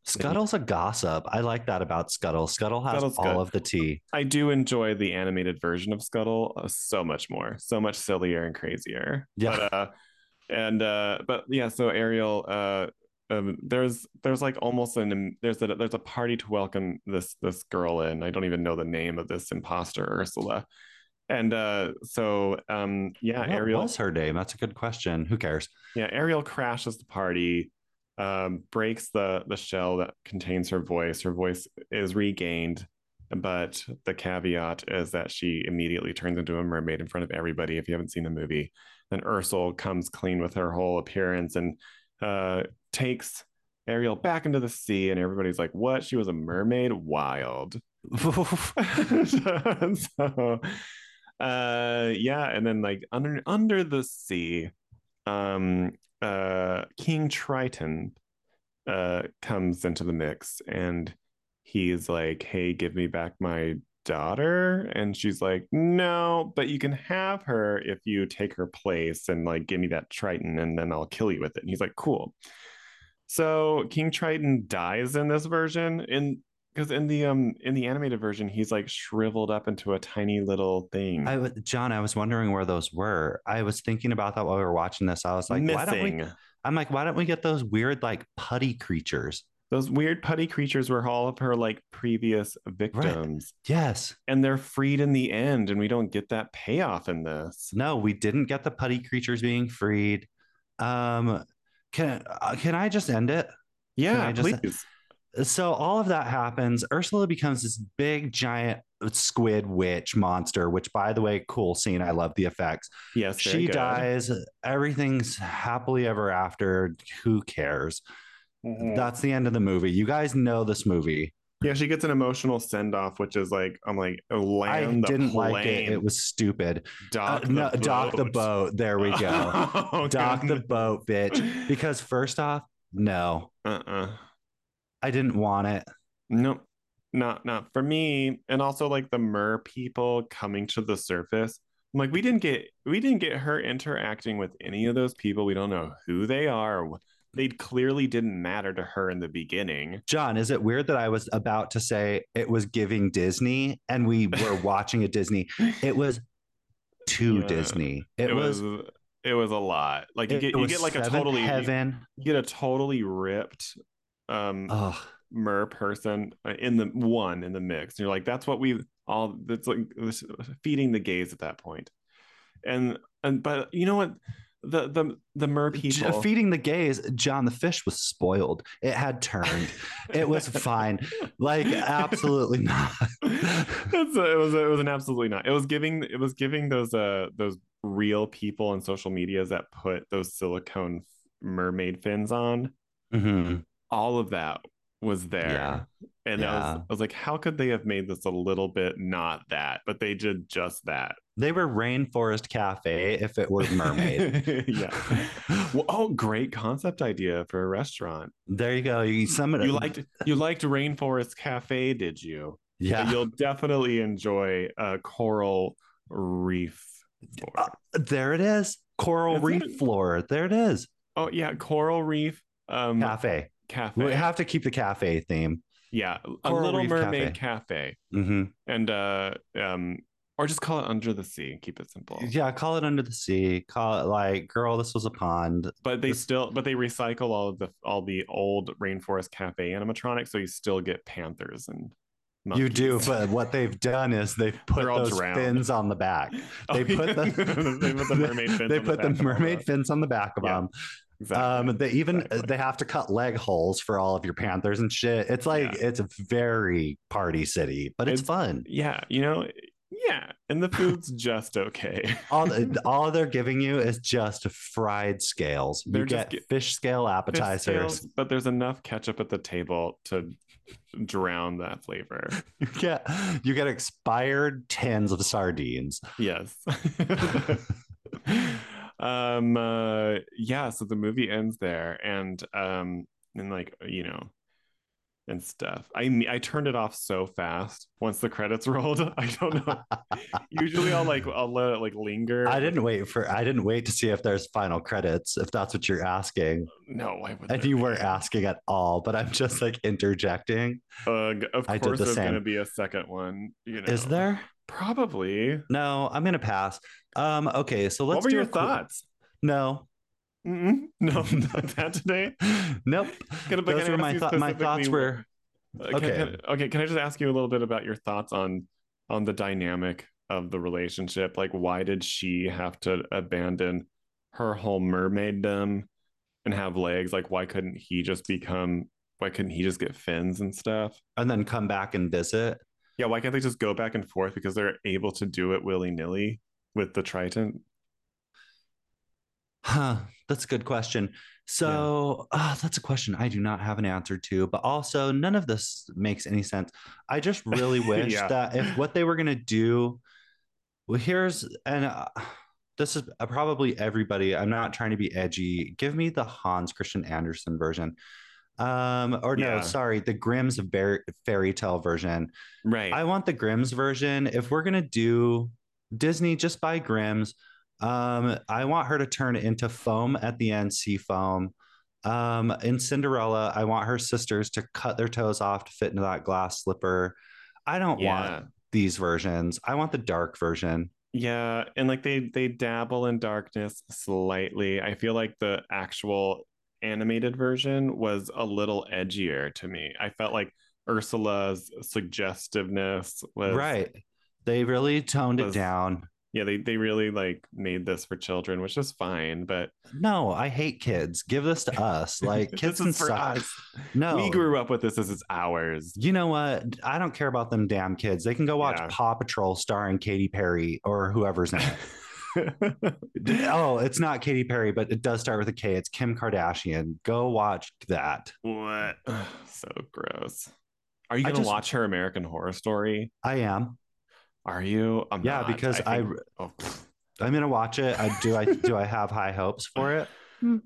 Scuttle's a gossip. I like that about Scuttle. Scuttle has
Scuttle's
all
good.
of the tea.
i do enjoy the animated version of scuttle uh, so much more so much sillier and crazier
Yeah.
but, uh, and uh but yeah so ariel uh um, there's there's like almost an there's a there's a party to welcome this this girl in i don't even know the name of this imposter ursula and uh so um yeah
what
ariel
was her name? That's a good question. Who cares?
yeah ariel crashes the party um breaks the the shell that contains her voice her voice is regained but the caveat is that she immediately turns into a mermaid in front of everybody if you haven't seen the movie then ursula comes clean with her whole appearance and uh takes ariel back into the sea and everybody's like what she was a mermaid wild so uh yeah and then like under under the sea um uh king triton uh comes into the mix and he's like hey give me back my daughter and she's like no but you can have her if you take her place and like give me that triton and then i'll kill you with it and he's like cool so king triton dies in this version in because in the um in the animated version he's like shriveled up into a tiny little thing
I was John, I was wondering where those were. I was thinking about that while we were watching this. I was like, why don't we
missing
I'm like, why don't we get those weird like putty creatures?
those weird putty creatures were all of her like previous victims
Yes.
and they're freed in the end and we don't get that payoff in this
No, we didn't get the putty creatures being freed. Um can uh, can I just end it?
yeah
I just-
please
so all of that happens. Ursula becomes this big giant squid witch monster, which by the way, cool scene. I love the effects.
Yes, very
she
good.
dies. Everything's happily ever after. Who cares?
Mhm.
That's the end of the movie. You guys know this movie.
Yeah, she gets an emotional send off, which is like I'm like oh, land
I
the
didn't like it.
plane,
It was stupid. Uh,
dock,
no,
the
dock the boat. There we go.
Oh,
dock the
goodness.
boat, bitch. Because first off, no,
uh-uh.
I didn't want it.
Nope. Not not for me. And also like the mer people coming to the surface. I'm like, we didn't get we didn't get her interacting with any of those people. We don't know who they are. They clearly didn't matter to her in the beginning.
John, is it weird that I was about to say it was giving Disney and we were watching a Disney? It was too
Yeah.
Disney. It, was,
it was a lot. Like you
it
get you
was
get like a
seventh
totally
heaven.
you get a totally ripped um
Ugh.
mer person uh, in the one in the mix. And you're like, that's what we all that's like this- feeding the gays at that point. And and but you know what? The the the mer
J-
people
Feeding the gays, John the fish was spoiled. It had turned. It was fine. Like absolutely not.
It's a- it was it was an absolutely not. It was giving it was giving those uh those real people on social medias that put those silicone mermaid fins on. Mm-hmm.
Mhm.
All of that was there.
Yeah.
And I was-
Yeah.
I was like, how could they have made this a little bit not that? But they did just that.
They were Rainforest Cafe if it were mermaid.
yeah. Well, oh, great concept idea for a restaurant.
there you go. You summon
You liked you liked Rainforest Cafe, did you?
yeah.
You'll definitely enjoy a coral reef.
Uh,
Flora.
there it is. Coral
That's
reef
it.
floor. There it is.
oh yeah, coral reef um
Cafe.
cafe.
We have to keep the cafe theme.
yeah, a
Coral
Little
Reef
Mermaid cafe.
Mhm.
and uh um or just call it Under the Sea and keep it simple.
Yeah, call it under the sea. Call it like, girl, this was a pond.
But they still, but they recycle all of the all the old Rainforest Cafe animatronics, so you still get panthers and
You do,
monkeys.
but what they've done is they've put
They're all
those
drowned.
fins on the back.
Oh,
They
yeah.
put the
they put the mermaid fins.
They
on
put the,
the, back of all
mermaid
the-
fins on the back of
Yeah,
them.
Exactly.
Um, they even
Exactly.
they have to cut leg holes for all of your panthers and shit. It's like it's very party city, but it's,
It's-
fun.
yeah, you know, yeah, and the food's just okay.
All all they're giving you is just fried scales.
They're
You
just
get
get-
fish scale
Fish
appetizers.
scales, but there's enough ketchup at the table to drown that flavor.
You get you get expired tins of sardines.
Yes. um uh yeah so the movie ends there and um and like you know and stuff i me- i turned it off so fast once the credits rolled i don't know usually i'll like i'll let it like linger
I didn't wait for I didn't wait to see if there's final credits, if that's what you're asking.
no i would
And you weren't asking at all, but I'm just like interjecting.
Ugh, of
I did
course
the
there's gonna
same.
be a second one you know
Is there?
probably
No, I'm gonna pass. Um, okay, so let's
what were
do
your
a quick-
thoughts
No.
Mm-mm. no not that today
nope.
Can I- but
Those
can I
were my
ask you
thoughts. My thoughts
specifically-
were
Uh, can-
Okay.
Can, okay. Can I just ask you a little bit about your thoughts on on the dynamic of the relationship? Like, why did she have to abandon her whole mermaiddom and have legs? Like, why couldn't he just become? Why couldn't he just get fins and stuff?
and then come back and visit.
Yeah. Why can't they just go back and forth because they're able to do it willy nilly with the Triton?
Huh. That's a good question. So ah, that's a question I do not have an answer to, but also none of this makes any sense. I just really wish
Yeah.
that if what they were going to do, well, here's, and uh, this is uh, probably everybody, I'm not trying to be edgy. Give me the Hans Christian Andersen version. Um, or no,
Yeah.
sorry, the Grimm's ver- fairy tale version.
Right.
I want the Grimm's version. If we're gonna do Disney, just buy Grimm's. Um, I want her to turn into foam at the end, sea foam. Um, in Cinderella, I want her sisters to cut their toes off to fit into that glass slipper. I don't
yeah.
want these versions. I want the dark version.
Yeah, and like they they dabble in darkness slightly. I feel like the actual animated version was a little edgier to me. I felt like Ursula's suggestiveness was
right. They really toned it
was-
down.
yeah, they they really like made this for children, which is fine. But
No, I hate kids. Give this to us. Like kids
this
can
is for
suck.
us.
No.
We grew up with this. This is ours.
you know what? I don't care about them damn kids. They can go watch
Yeah.
Paw Patrol starring Katy Perry or whoever's name. oh, it's not Katy Perry, but it does start with a K. It's Kim Kardashian. Go watch that.
what? So gross. Are you
I
gonna
just-
watch her American Horror Story?
I am.
Are you? I'm
Yeah,
not.
because I,
think- oh, pfft.
I am gonna watch it. I do I do I have high hopes for it?
no,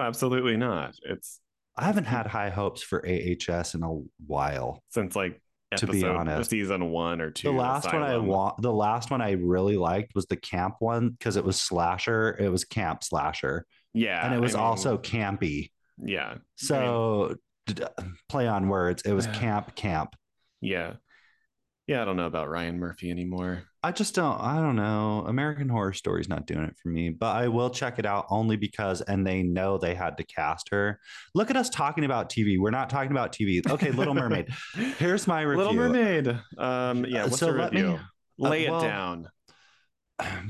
absolutely not. It's
I haven't had high hopes for AHS in a while.
since like
To
episode
be honest.
season one or two.
The last one I
Asylum.
want, the last one I really liked was the camp one because it was slasher. It was camp slasher,
Yeah,
and it was
I mean,
also campy.
yeah,
So d- play on words. It was camp camp.
yeah, yeah. I don't know about Ryan Murphy anymore.
I just don't. I don't know. American Horror Story's not doing it for me, but I will check it out only because, and they know they had to cast her. Look at us talking about TV. We're not talking about TV. Okay, Little Mermaid. Here's my review.
Little Mermaid. Um, yeah.
Uh,
What's
so
the
let me-
review? Lay
well-
it down.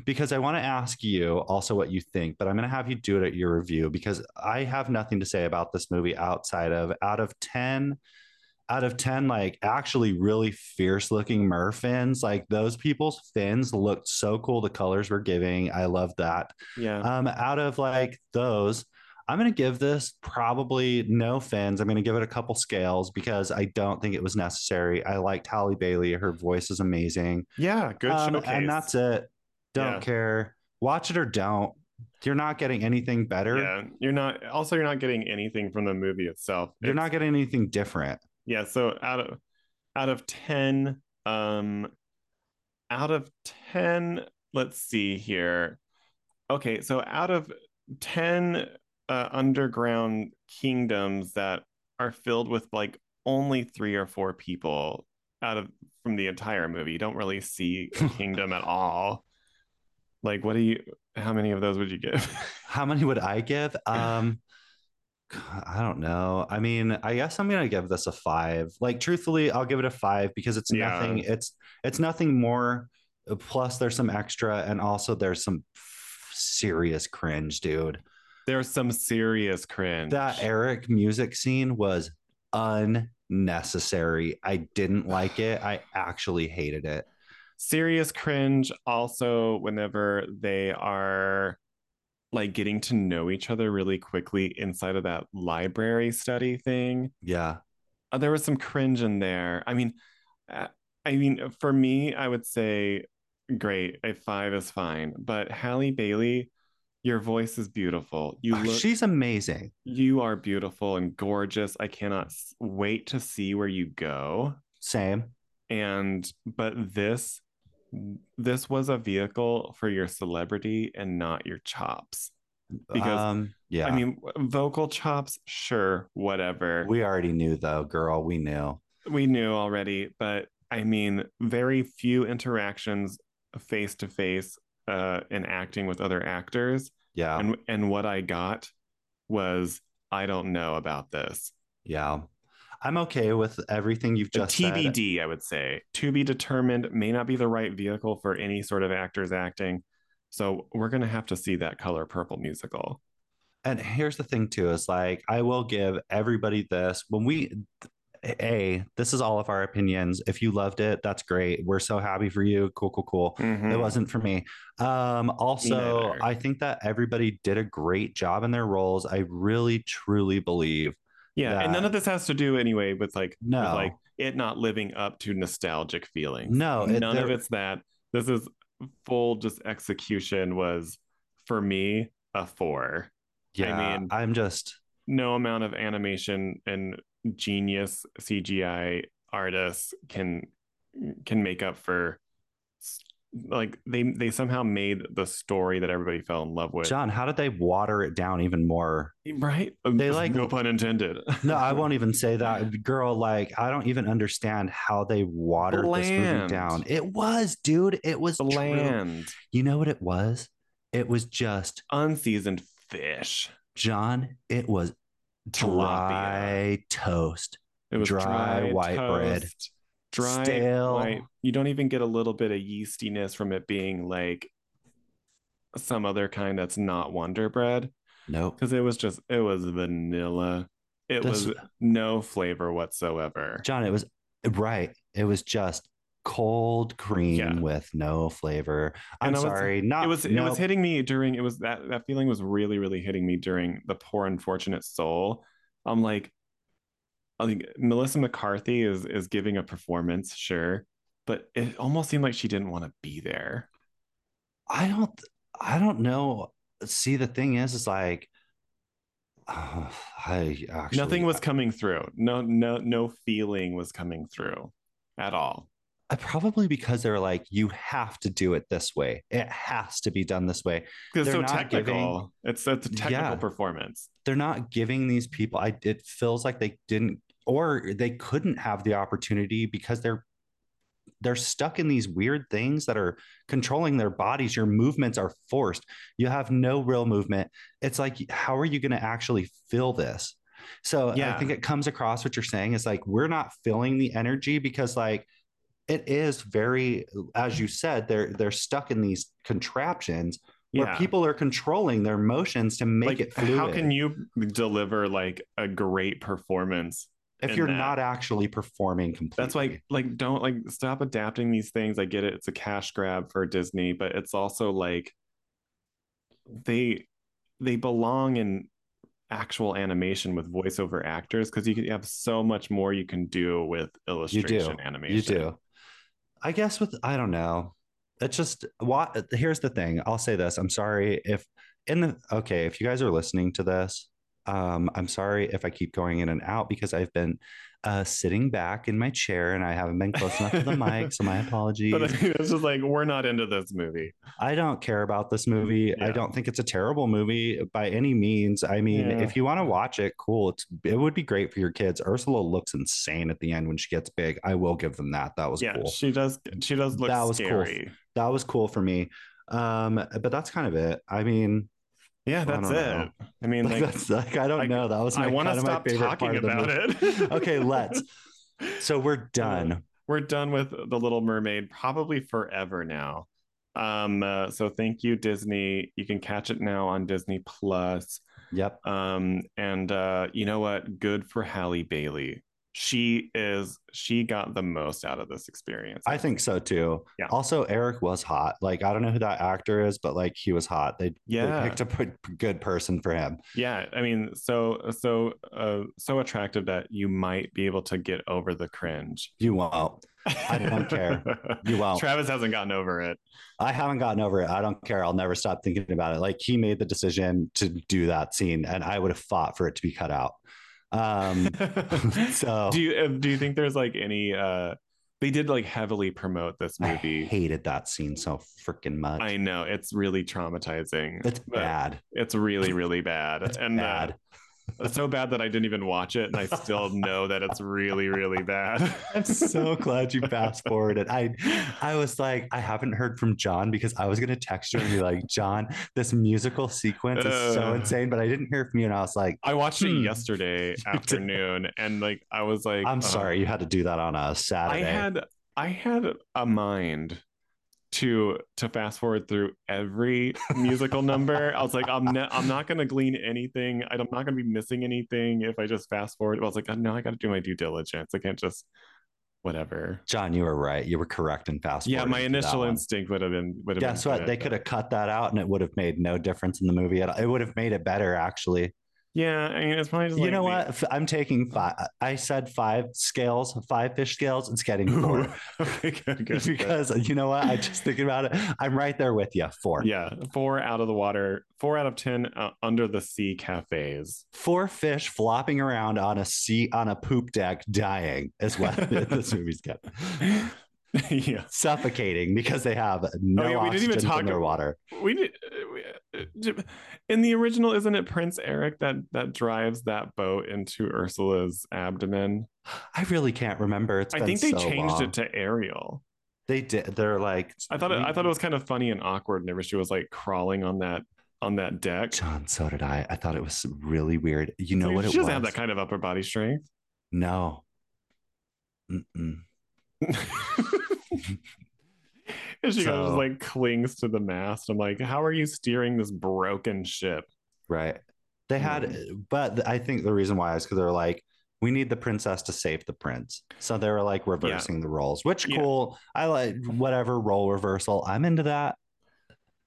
because I want to ask you also what you think, but I'm going to have you do it at your review because I have nothing to say about this movie outside of out of 10 out of 10 like actually really fierce looking mer fins like those people's fins looked so cool the colors were giving i love that
Yeah.
um out of like those i'm going to give this probably no fins i'm going to give it a couple scales because i don't think it was necessary i liked holly bailey her voice is amazing
yeah. Good
um,
showcase.
And that's it. Don't
Yeah.
care. Watch it or don't. You're not getting anything better.
yeah. You're not. Also, you're not getting anything from the movie itself.
You're
It's-
not getting anything different.
yeah so out of out of 10 um out of 10 let's see here okay so out of 10 uh, underground kingdoms that are filled with like only three or four people out of from the entire movie you don't really see a kingdom at all like what do you how many of those would you give
How many would I give? Um, I don't know. I mean, I guess I'm gonna give this a five. Like, truthfully, I'll give it a five because it's
Yeah.
nothing. It's it's nothing more. Plus, there's some extra, and also there's some f- serious cringe, dude.
there's some serious cringe
That Eric music scene was unnecessary. I didn't like it. I actually hated it.
serious cringe also whenever they are like getting to know each other really quickly inside of that library study thing
Yeah.
Uh, there was some cringe in there i mean uh, i mean for me i would say great a five is fine but hallie bailey your voice is beautiful you
Oh,
look
She's amazing.
you are beautiful and gorgeous i cannot s- wait to see where you go
Same.
and but this this was a vehicle for your celebrity and not your chops Because-
um, yeah.
i mean vocal chops sure whatever we,
we already knew though, girl. We knew.
we knew already but i mean very few interactions face to face uh in acting with other actors
Yeah.
and and what i got was i don't know about this
yeah. I'm okay with everything you've just said.
tbd i would say to be determined may not be the right vehicle for any sort of actors acting so we're going to have to see that color purple musical
And here's the thing too is like I will give everybody this when we a this is all of our opinions. If you loved it, that's great. We're so happy for you. Cool, cool, cool. it wasn't for me um also
Mm. Neither.
i think that everybody did a great job in their roles i really truly believe
yeah and none
that-
of this has to do anyway with like with,
No.
like it not living up to nostalgic feelings
no it-
none of
there-
it's that this is full just execution was for me a four
yeah
mean-
i'm just
no amount of animation and genius CGI artists can can make up for s- like they they somehow made the story that everybody fell in love with
john how did they water it down even more
right Um,
They, like-
no pun intended
no i won't even say that girl like i don't even understand how they watered this movie
Bland.
down it was dude it was true.
bland
you know what it was it was just
unseasoned fish
john it was
Tilapia.
dry toast
it was
Dry
dry,
white bread.
toast. dry
Stale.
white. You don't even get a little bit of yeastiness from it being like some other kind that's not Wonder Bread
Nope.
because it was just it was vanilla. It
That's-
was no flavor whatsoever.
John, it was right. It was just cold cream
Yeah.
with no flavor. I'm
And I was-
sorry. not
it was it
nope.
was hitting me during it was that that feeling was really really hitting me during the poor unfortunate soul i'm like i think melissa mccarthy is is giving a performance sure but it almost seemed like she didn't want to be there
I don't I don't know. See, the thing is, is like I actually
nothing was coming through no no no feeling was coming through at all
I- probably because they're like, you have to do it this way. It has to be done this way.
because it's
They're
so
not giving-
technical it's it's a technical
Yeah.
performance
They're not giving these people I it feels like they didn't or they couldn't have the opportunity because they're they're stuck in these weird things that are controlling their bodies. Your movements are forced. You have no real movement. It's like, how are you going to actually feel this? So I
Yeah.
think it comes across what you're saying is like, we're not feeling the energy because, like, it is very, as you said, they're they're stuck in these contraptions where
yeah
people are controlling their motions to make
like
it fluid.
how can you deliver like a great performance
if
in
you're
that?
not actually performing completely?
That's why, like, don't like stop adapting these things. I get it; it's a cash grab for Disney, but it's also like they they belong in actual animation with voiceover actors because you can you have so much more you can do with illustration animation.
You do. I guess with I don't know. It's just what here's the thing. I'll say this. I'm sorry if in the okay, if you guys are listening to this, um, I'm sorry if I keep going in and out because I've been uh sitting back in my chair and I haven't been close enough to the mic, so my apologies.
But I mean, it's just like we're not into this movie.
I don't care about this movie. I
Yeah.
don't think it's a terrible movie by any means. I mean,
Yeah.
if you want to watch it, cool. It's it would be great for your kids. Ursula looks insane at the end when she gets big. I will give them that. That was
Yeah,
cool.
she does. She does look
That was cool.
scary.
that was cool for me. Um, but that's kind of it. I mean,
Yeah,
I
that's it.
don't know.
I mean,
like,
like,
that's like I don't
like,
know. That was my,
I want
kind
to
of
stop
my favorite part
talking
of the
about
movie.
it.
Okay, let's. So we're done.
we're done with the little mermaid probably forever now um uh, so thank you disney you can catch it now on disney plus
Yep.
um and uh you know what good for halle bailey she is she got the most out of this experience
I think so too.
Yeah.
Also, Eric was hot. Like I don't know who that actor is, but like he was hot. They,
Yeah.
they picked a p- good person for him.
yeah i mean so so uh so attractive that you might be able to get over the cringe
You won't. I don't care. You won't.
travis hasn't gotten over it
I haven't gotten over it. I don't care. I'll never stop thinking about it. Like he made the decision to do that scene, and I would have fought for it to be cut out. Um, so
do you uh, do you think there's like any uh they did like heavily promote this
I
movie
hated that scene so freaking much.
i know it's really traumatizing
it's
but
bad.
it's really really bad
It's
and
bad.
Uh, so bad that i didn't even watch it and i still know that it's really really bad
I'm so glad you fast forwarded. I I was like, I haven't heard from John because I was gonna text you and be like, John, this musical sequence is so
Ugh.
insane, but I didn't hear from you, and I was like,
i watched it
Hmm.
yesterday afternoon and like i was like
I'm
uh,
sorry, you had to do that on a
i
Saturday.
had i had a mind to to fast forward through every musical number i was like i'm ne- i'm not gonna glean anything I- i'm not gonna be missing anything if i just fast forward i was like oh, no i gotta do my due diligence i can't just whatever
John, you were right. You were correct in fast.
yeah my
forwarding to that
initial
one.
instinct would have been would have
Guess
been
what? They
correct.
could have cut that out, and it would have made no difference in the movie. At all. It would have made it better, actually.
yeah i mean it's probably just
You
like
know
the-
what? F- I'm taking five. I said five scales, five fish scales. It's getting four.
okay, good, good, good.
because you know what? I just thinking about it. I'm right there with you. Four.
yeah four out of the water four out of ten uh, under the sea cafes
Four fish flopping around on a sea on a poop deck, dying is what this movie's got.
yeah
Suffocating because they have no
Oh, yeah, we
oxygen
didn't even talk
in their
about-
water.
we did uh, we- uh, in the original isn't it prince eric that that drives that boat into ursula's abdomen
I really can't remember. It's
i
been
think they
so
changed
long.
it to ariel
They did. They're like.
i thought it,
we-
i thought it was kind of funny and awkward whenever she was like crawling on that on that deck
John, so did I. I thought it was really weird. You know what
Like, she
it
doesn't
was?
have that kind of upper body strength
no. Mm-mm.
and she kind of
So-
just like clings to the mast. I'm like, how are you steering this broken ship?
Right. They had,
Mm.
but I think the reason why is because they were like, we need the princess to save the prince. So they were like reversing the roles, which
Yeah.
cool. I like whatever role reversal. I'm into that.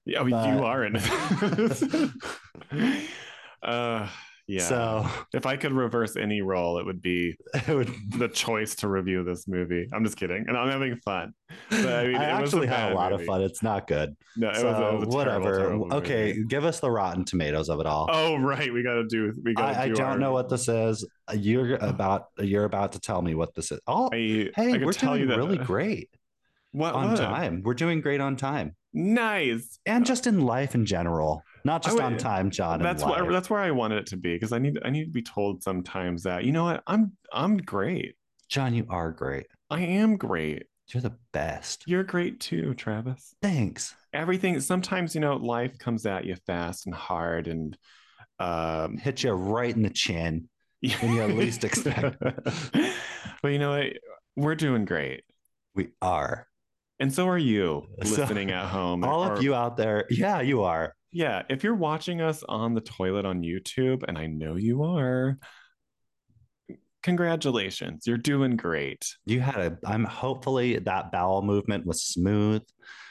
Yeah, oh,
But-
you are in this. uh, yeah.
So
if I could reverse any role, it would be
it would,
the choice to review this movie. I'm just kidding, and I'm having fun. But,
I,
I mean, it was a
actually had
bad
a lot of
movie.
fun. It's not good.
No, it
so
was, it was a terrible,
whatever.
terrible movie.
okay. Give us the Rotten Tomatoes of it all.
Oh right, we gotta do. We gotta.
I, I
do
don't
our-
know what this is. Uh, You're about, you're about to tell me what this is. Oh,
I, I
hey,
could
we're
tell
doing
you that uh,
really great
What
on
what?
time. We're doing great on time.
Nice.
and just in life in general, not
Uh. I
just on
would-
time, John. and
that's where
life.
that's where I wanted it to be because I need I need to be told sometimes that you know what I'm I'm great.
John, you are great.
I am great.
You're the best.
You're great too, Travis.
Thanks.
Everything sometimes you know life comes at you fast and hard and um
Hit you right in the chin. When you least expect
it. but you know what? We're doing great.
We are.
And so are you
So-
listening at home.
All
or-
of you out there. Yeah, you are.
Yeah, if you're watching us on the toilet on YouTube, and I know you are, congratulations, you're doing great.
You had a I'm hopefully that bowel movement was smooth.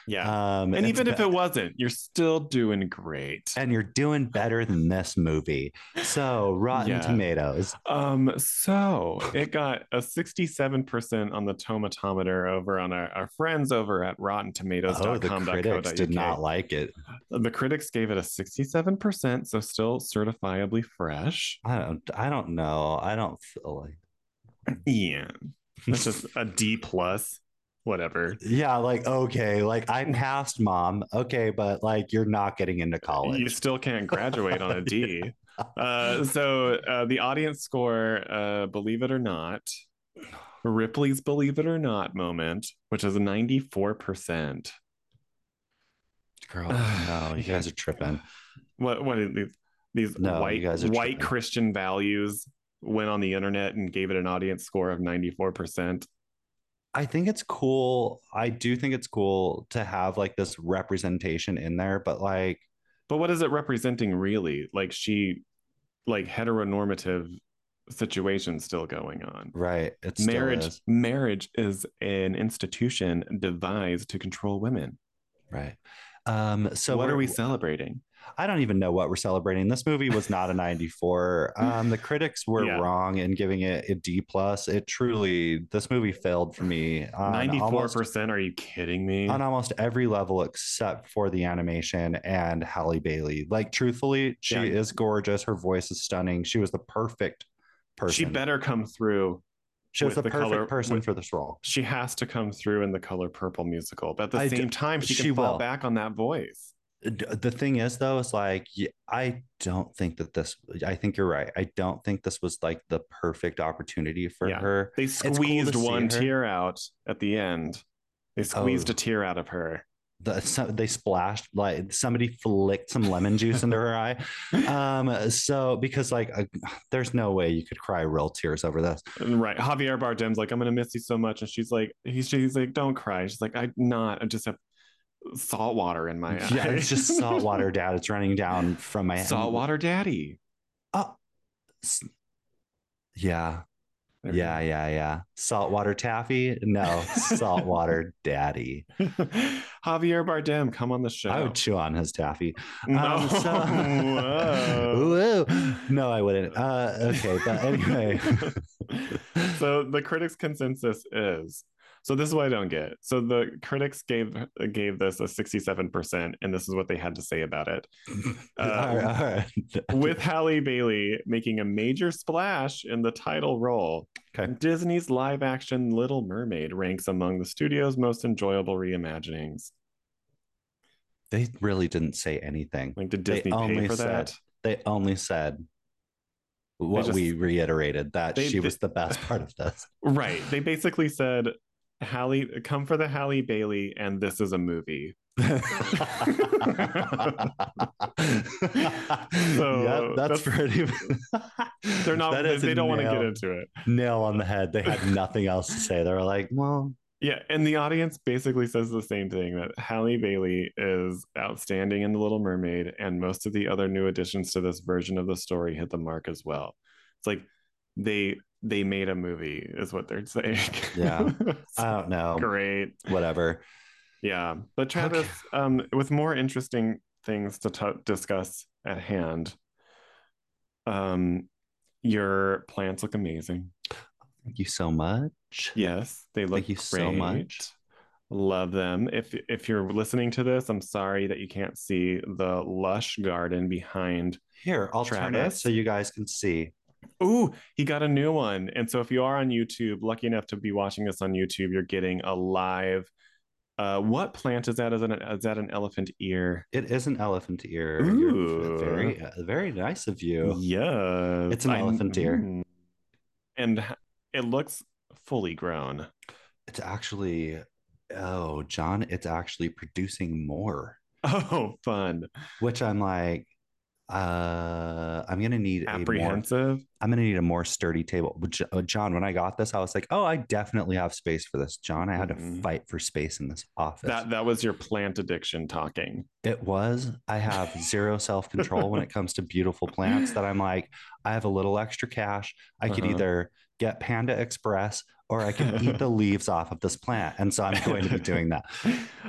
Yeah.
Um
and
it's
even if
be-
it wasn't, you're still doing great.
and you're doing better than this movie. So Rotten
Yeah.
Tomatoes.
Um, so it got a 67% on the tomatometer over on our, our friends over at
Oh, the
rottentomatoes.com.co.uk.
critics did not like it.
Uh, the critics gave it a 67%, so still certifiably fresh.
I don't I don't know. I don't feel like
Yeah. That's just a D plus, whatever.
Yeah, like okay, like I passed mom. Okay, but like you're not getting into
You
college.
still can't graduate on a D. uh, so uh, the audience score, uh, believe it or not, Ripley's "Believe It or Not" moment, which is ninety four percent.
Girl, no, you
Yeah.
guys are tripping.
What what are these these
No, you
white
guys are
white
tripping.
Christian values went on the internet and gave it an audience score of ninety four percent.
I think it's cool. I do think it's cool to have like this representation in there, but like
But what is it representing really? Like she, like heteronormative situation still going on.
right, it's
marriage
still is,
marriage is an institution devised to control women
right. Um, so
so what are
we're-
we celebrating
I don't even know what we're celebrating. This movie was not a 94. Um, the critics were
Yeah.
wrong in giving it a D plus. It truly, this movie failed for me. on
94%
almost
are you kidding me
on almost every level except for the animation and Halle Bailey. Like, truthfully, she
Yeah.
is gorgeous. Her voice is stunning. She was the perfect person.
she better come through
She was
with
the,
the
perfect
color-
person
with-
for this role.
she has to come through in the color purple musical but at the
I d-
same time she can
she
fall
will.
back on that voice
D- The thing is, though, is like, y- I don't think that this, I think you're right. I don't think this was like the perfect opportunity for
Yeah.
her.
they
cool to
squeezed
see
one
her.
tear out at the end they
Oh.
squeezed a tear out of her
The, so, they splashed, like, somebody flicked some lemon juice into her eye. Um, so, because like, uh, there's no way you could cry real tears over this.
right javier bardem's like i'm gonna miss you so much and she's like he's, she's like don't cry she's like i'm not i just have salt water in my eye
Yeah, it's just salt water, Dad. It's running down from my
saltwater daddy
Oh, s- yeah,
There we
yeah, yeah, yeah. Saltwater taffy? No, saltwater daddy.
go. javier bardem come on the show
I would chew on his taffy.
no
Um,
Whoa.
Whoa. No, I wouldn't. Uh, okay, but anyway,
so the critics consensus is so this is what i don't get so the critics gave gave this a 67% and this is what they had to say about it
all right, all right.
Uh, with Halle Bailey making a major splash in the title role.
Okay.
Disney's live action Little Mermaid ranks among the studio's most enjoyable reimaginings.
they really didn't say anything.
Like, did
They
Disney
only
pay for
said
that?
They only said what
just-
we reiterated that
they-
she
they-
was the best part of this.
Right. They basically said, Halle, come for the Halle Bailey, and this is a movie.
yep, that's
that's-
pretty.
They're not,
that
they,
is
they
a
don't want to
nail-
get into it.
nail on the head. They had nothing else to say. They were like, "Well,
Yeah, and the audience basically says the same thing that Halle Bailey is outstanding in The Little Mermaid, and most of the other new additions to this version of the story hit the mark as well. It's like they they made a movie, is what they're saying.
Yeah.
It's
I don't know.
great.
Whatever.
Yeah, but Travis, um, with more interesting things to t- discuss at hand, um, your plants look amazing.
Thank you so much.
Yes, they look
Thank you so
great.
much.
Love them. If if you're listening to this, I'm sorry that you can't see the lush garden behind.
Here, I'll turn it
Travis?
so you guys can see.
Ooh, he got a new one. And so if you are on YouTube, lucky enough to be watching this on YouTube, you're getting a live. Uh, what plant is that? Is that an, is that an elephant ear?
It is an elephant ear.
Ooh.
You're very, uh, very nice of you.
Yeah.
It's an elephant ear.
mm. And h- it looks fully grown.
It's actually, oh, John, it's actually producing more,
Oh, fun.
which I'm like, uh, I'm gonna need a more.
Apprehensive.
I'm gonna need a more sturdy table. But J- uh, John, when I got this, I was like, oh, I definitely have space for this. John, I had
Mhm.
to fight for space in this office.
That that was your plant addiction talking.
It was. I have zero self control when it comes to beautiful plants that I'm like, I have a little extra cash. I could
Uh-huh.
either get Panda Express or I can eat the leaves off of this plant. And so I'm going to be doing that.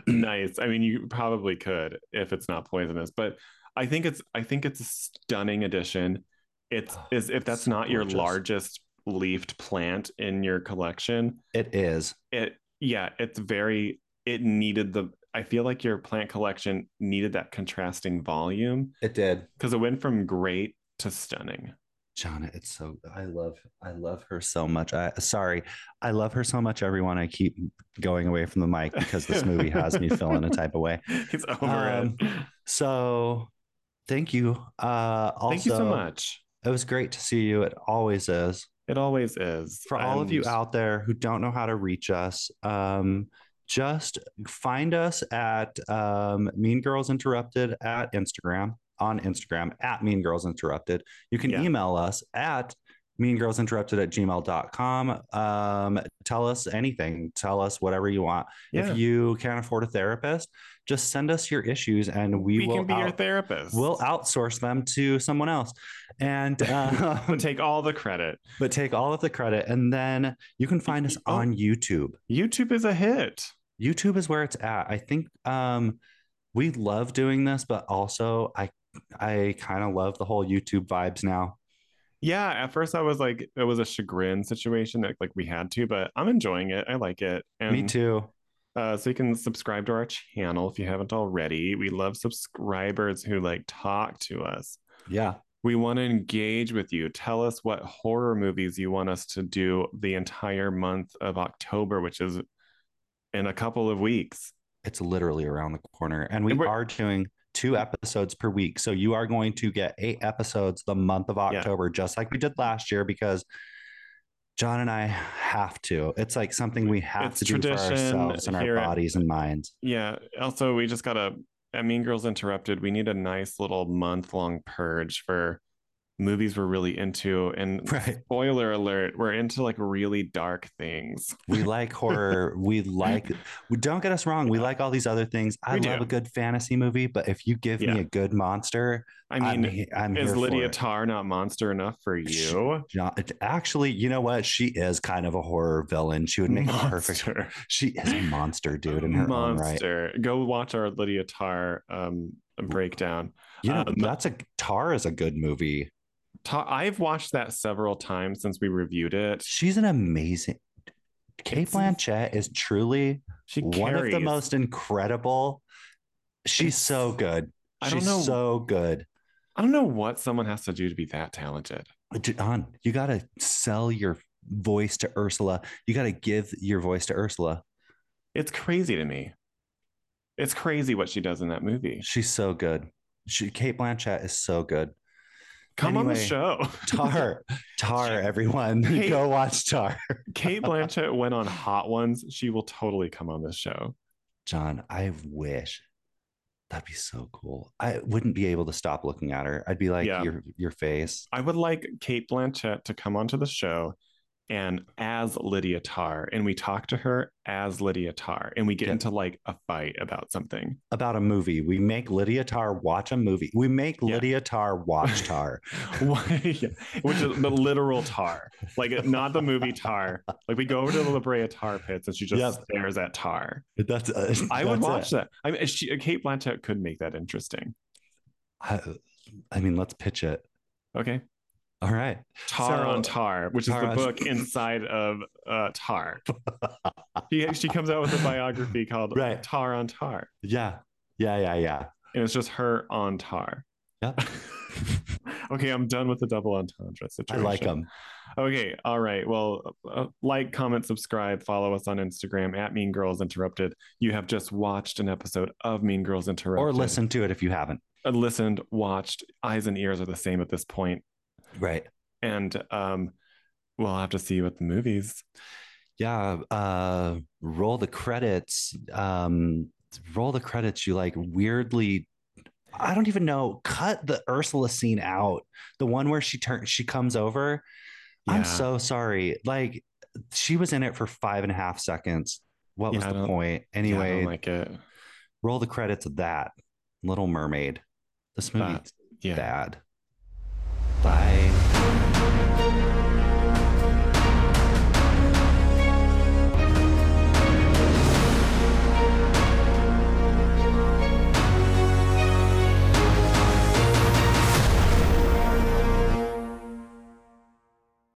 nice. I mean, you probably could if it's not poisonous, but I think it's I think it's a stunning addition. It's
Oh,
is if that's
it's
not your
gorgeous.
largest leafed plant in your collection,
It is.
it yeah, it's very it needed the I feel like your plant collection needed that contrasting volume
It did.
because it went from great to stunning.
Jonna, it's so I love I love her so much. I sorry. I love her so much, everyone. I keep going away from the mic because this movie has me feeling a type of way.
It's over
Um,
it.
So thank you. Uh also,
Thank you so much.
It was great to see you. It always is.
It always is.
for all of you
And
out there who don't know how to reach us um, just find us at um, mean girls interrupted at instagram on instagram at mean girls interrupted you can
Yeah.
email us at mean girls interrupted at gmail.com um, tell us anything tell us whatever you want
Yeah.
if you can't afford a therapist just send us your issues and we,
we
will
can be your
out-
therapist.
we'll outsource them to someone else and um,
We'll take all the credit.
but take all of the credit. And then you can find us
Oh.
on YouTube.
YouTube is a hit.
YouTube is where it's at. I think um, we love doing this, but also I I kind of love the whole YouTube vibes now.
Yeah, at first I was like, it was a chagrin situation that like we had to, but I'm enjoying it. I like it. And
Me too.
Uh, so you can subscribe to our channel if you haven't already. We love subscribers who like talk to us.
Yeah.
We want to engage with you. Tell us what horror movies you want us to do the entire month of October, which is in a couple of weeks.
It's literally around the corner. And we
And we're-
are doing two episodes per week. So you are going to get eight episodes the month of
Yeah.
October, just like we did last year, because John and I have to. It's like something we have
It's
to do for
tradition
ourselves and
here
our
at-
bodies and minds.
Yeah. Also, we just got a, at Mean Girls Interrupted, we need a nice little month long purge for movies we're really into. And
Right.
spoiler alert, we're into like really dark things.
We like horror. we like. we- Don't get us wrong. We like all these other things. I
We
love
do.
a good fantasy movie, but if you give
Yeah.
me a good monster,
I
I
mean,
mean, I'm,
is
here
Lydia
for it.
Tarr not monster enough for
Sh-
you?
Jo- it- Actually, you know what? She is kind of a horror villain. She would make a perfect.
Monster.
She is a monster, dude, in her own right.
monster. Go watch our Lydia Tarr um, breakdown.
You know,
Um,
that's a Tar is a good movie.
Ta- I've watched that several times since we reviewed it.
She's an amazing. Kate
It's ins-
Blanchett is truly
She
one of the
carries.
most incredible. She's
It's-
so good.
I don't
She's
know-
so good.
I don't know what someone has to do to be that talented.
John, you got to sell your voice to Ursula. You got to give your voice to Ursula.
It's crazy to me. It's crazy what she does in that movie.
She's so good. She, Kate Blanchett is so good.
Come on the
Anyway,
show.
Tar, Tar, everyone,
Kate-
go watch Tar.
Kate Blanchett went on Hot Ones. She will totally come on this show.
John, I wish that'd be so cool. I wouldn't be able to stop looking at her. I'd be like
Yeah.
your your face.
I would like Kate Blanchett to come onto the show and as Lydia Tarr, and we talk to her as Lydia Tarr, and we get
Yeah.
into like a fight about something.
about a movie. We make Lydia Tar watch a movie. We make
Yeah.
Lydia Tar watch Tar.
Which is the literal tar, like not the movie tar. Like we go over to the La Brea tar pits and she just
Yep.
stares at tar.
That's uh,
I
that's
would watch
it.
that. I mean, she, uh, Kate Blanchett could make that interesting.
I, I mean, let's pitch it.
Okay.
All right.
Tar
So-
on Tar, which
Tar
is
on-
the book inside of uh, Tar. she, she comes out with a biography called
Right.
Tar on Tar,
Yeah. Yeah. Yeah. Yeah.
and it's just her on Tar.
Yep.
okay, I'm done with the double entendre
I
situation.
like them.
Okay, all right. Well, uh, like, comment, subscribe, follow us on Instagram at Mean Girls Interrupted. You have just watched an episode of Mean Girls Interrupted,
Or listen to it if you haven't.
uh, listened, watched. Eyes and ears are the same at this point,
Right.
and um, we'll have to see you at the movies.
Yeah. Uh, roll the credits. Um, roll the credits. You like weirdly. I don't even know. Cut the Ursula scene out. The one where she turns, she comes over.
Yeah.
I'm so sorry. Like she was in it for five and a half seconds. What
Yeah, I
was the
don't-
point?
Yeah, I
Anyway,
don't like it.
roll the credits of that. Little Mermaid. This movie's
Yeah.
bad. Bye.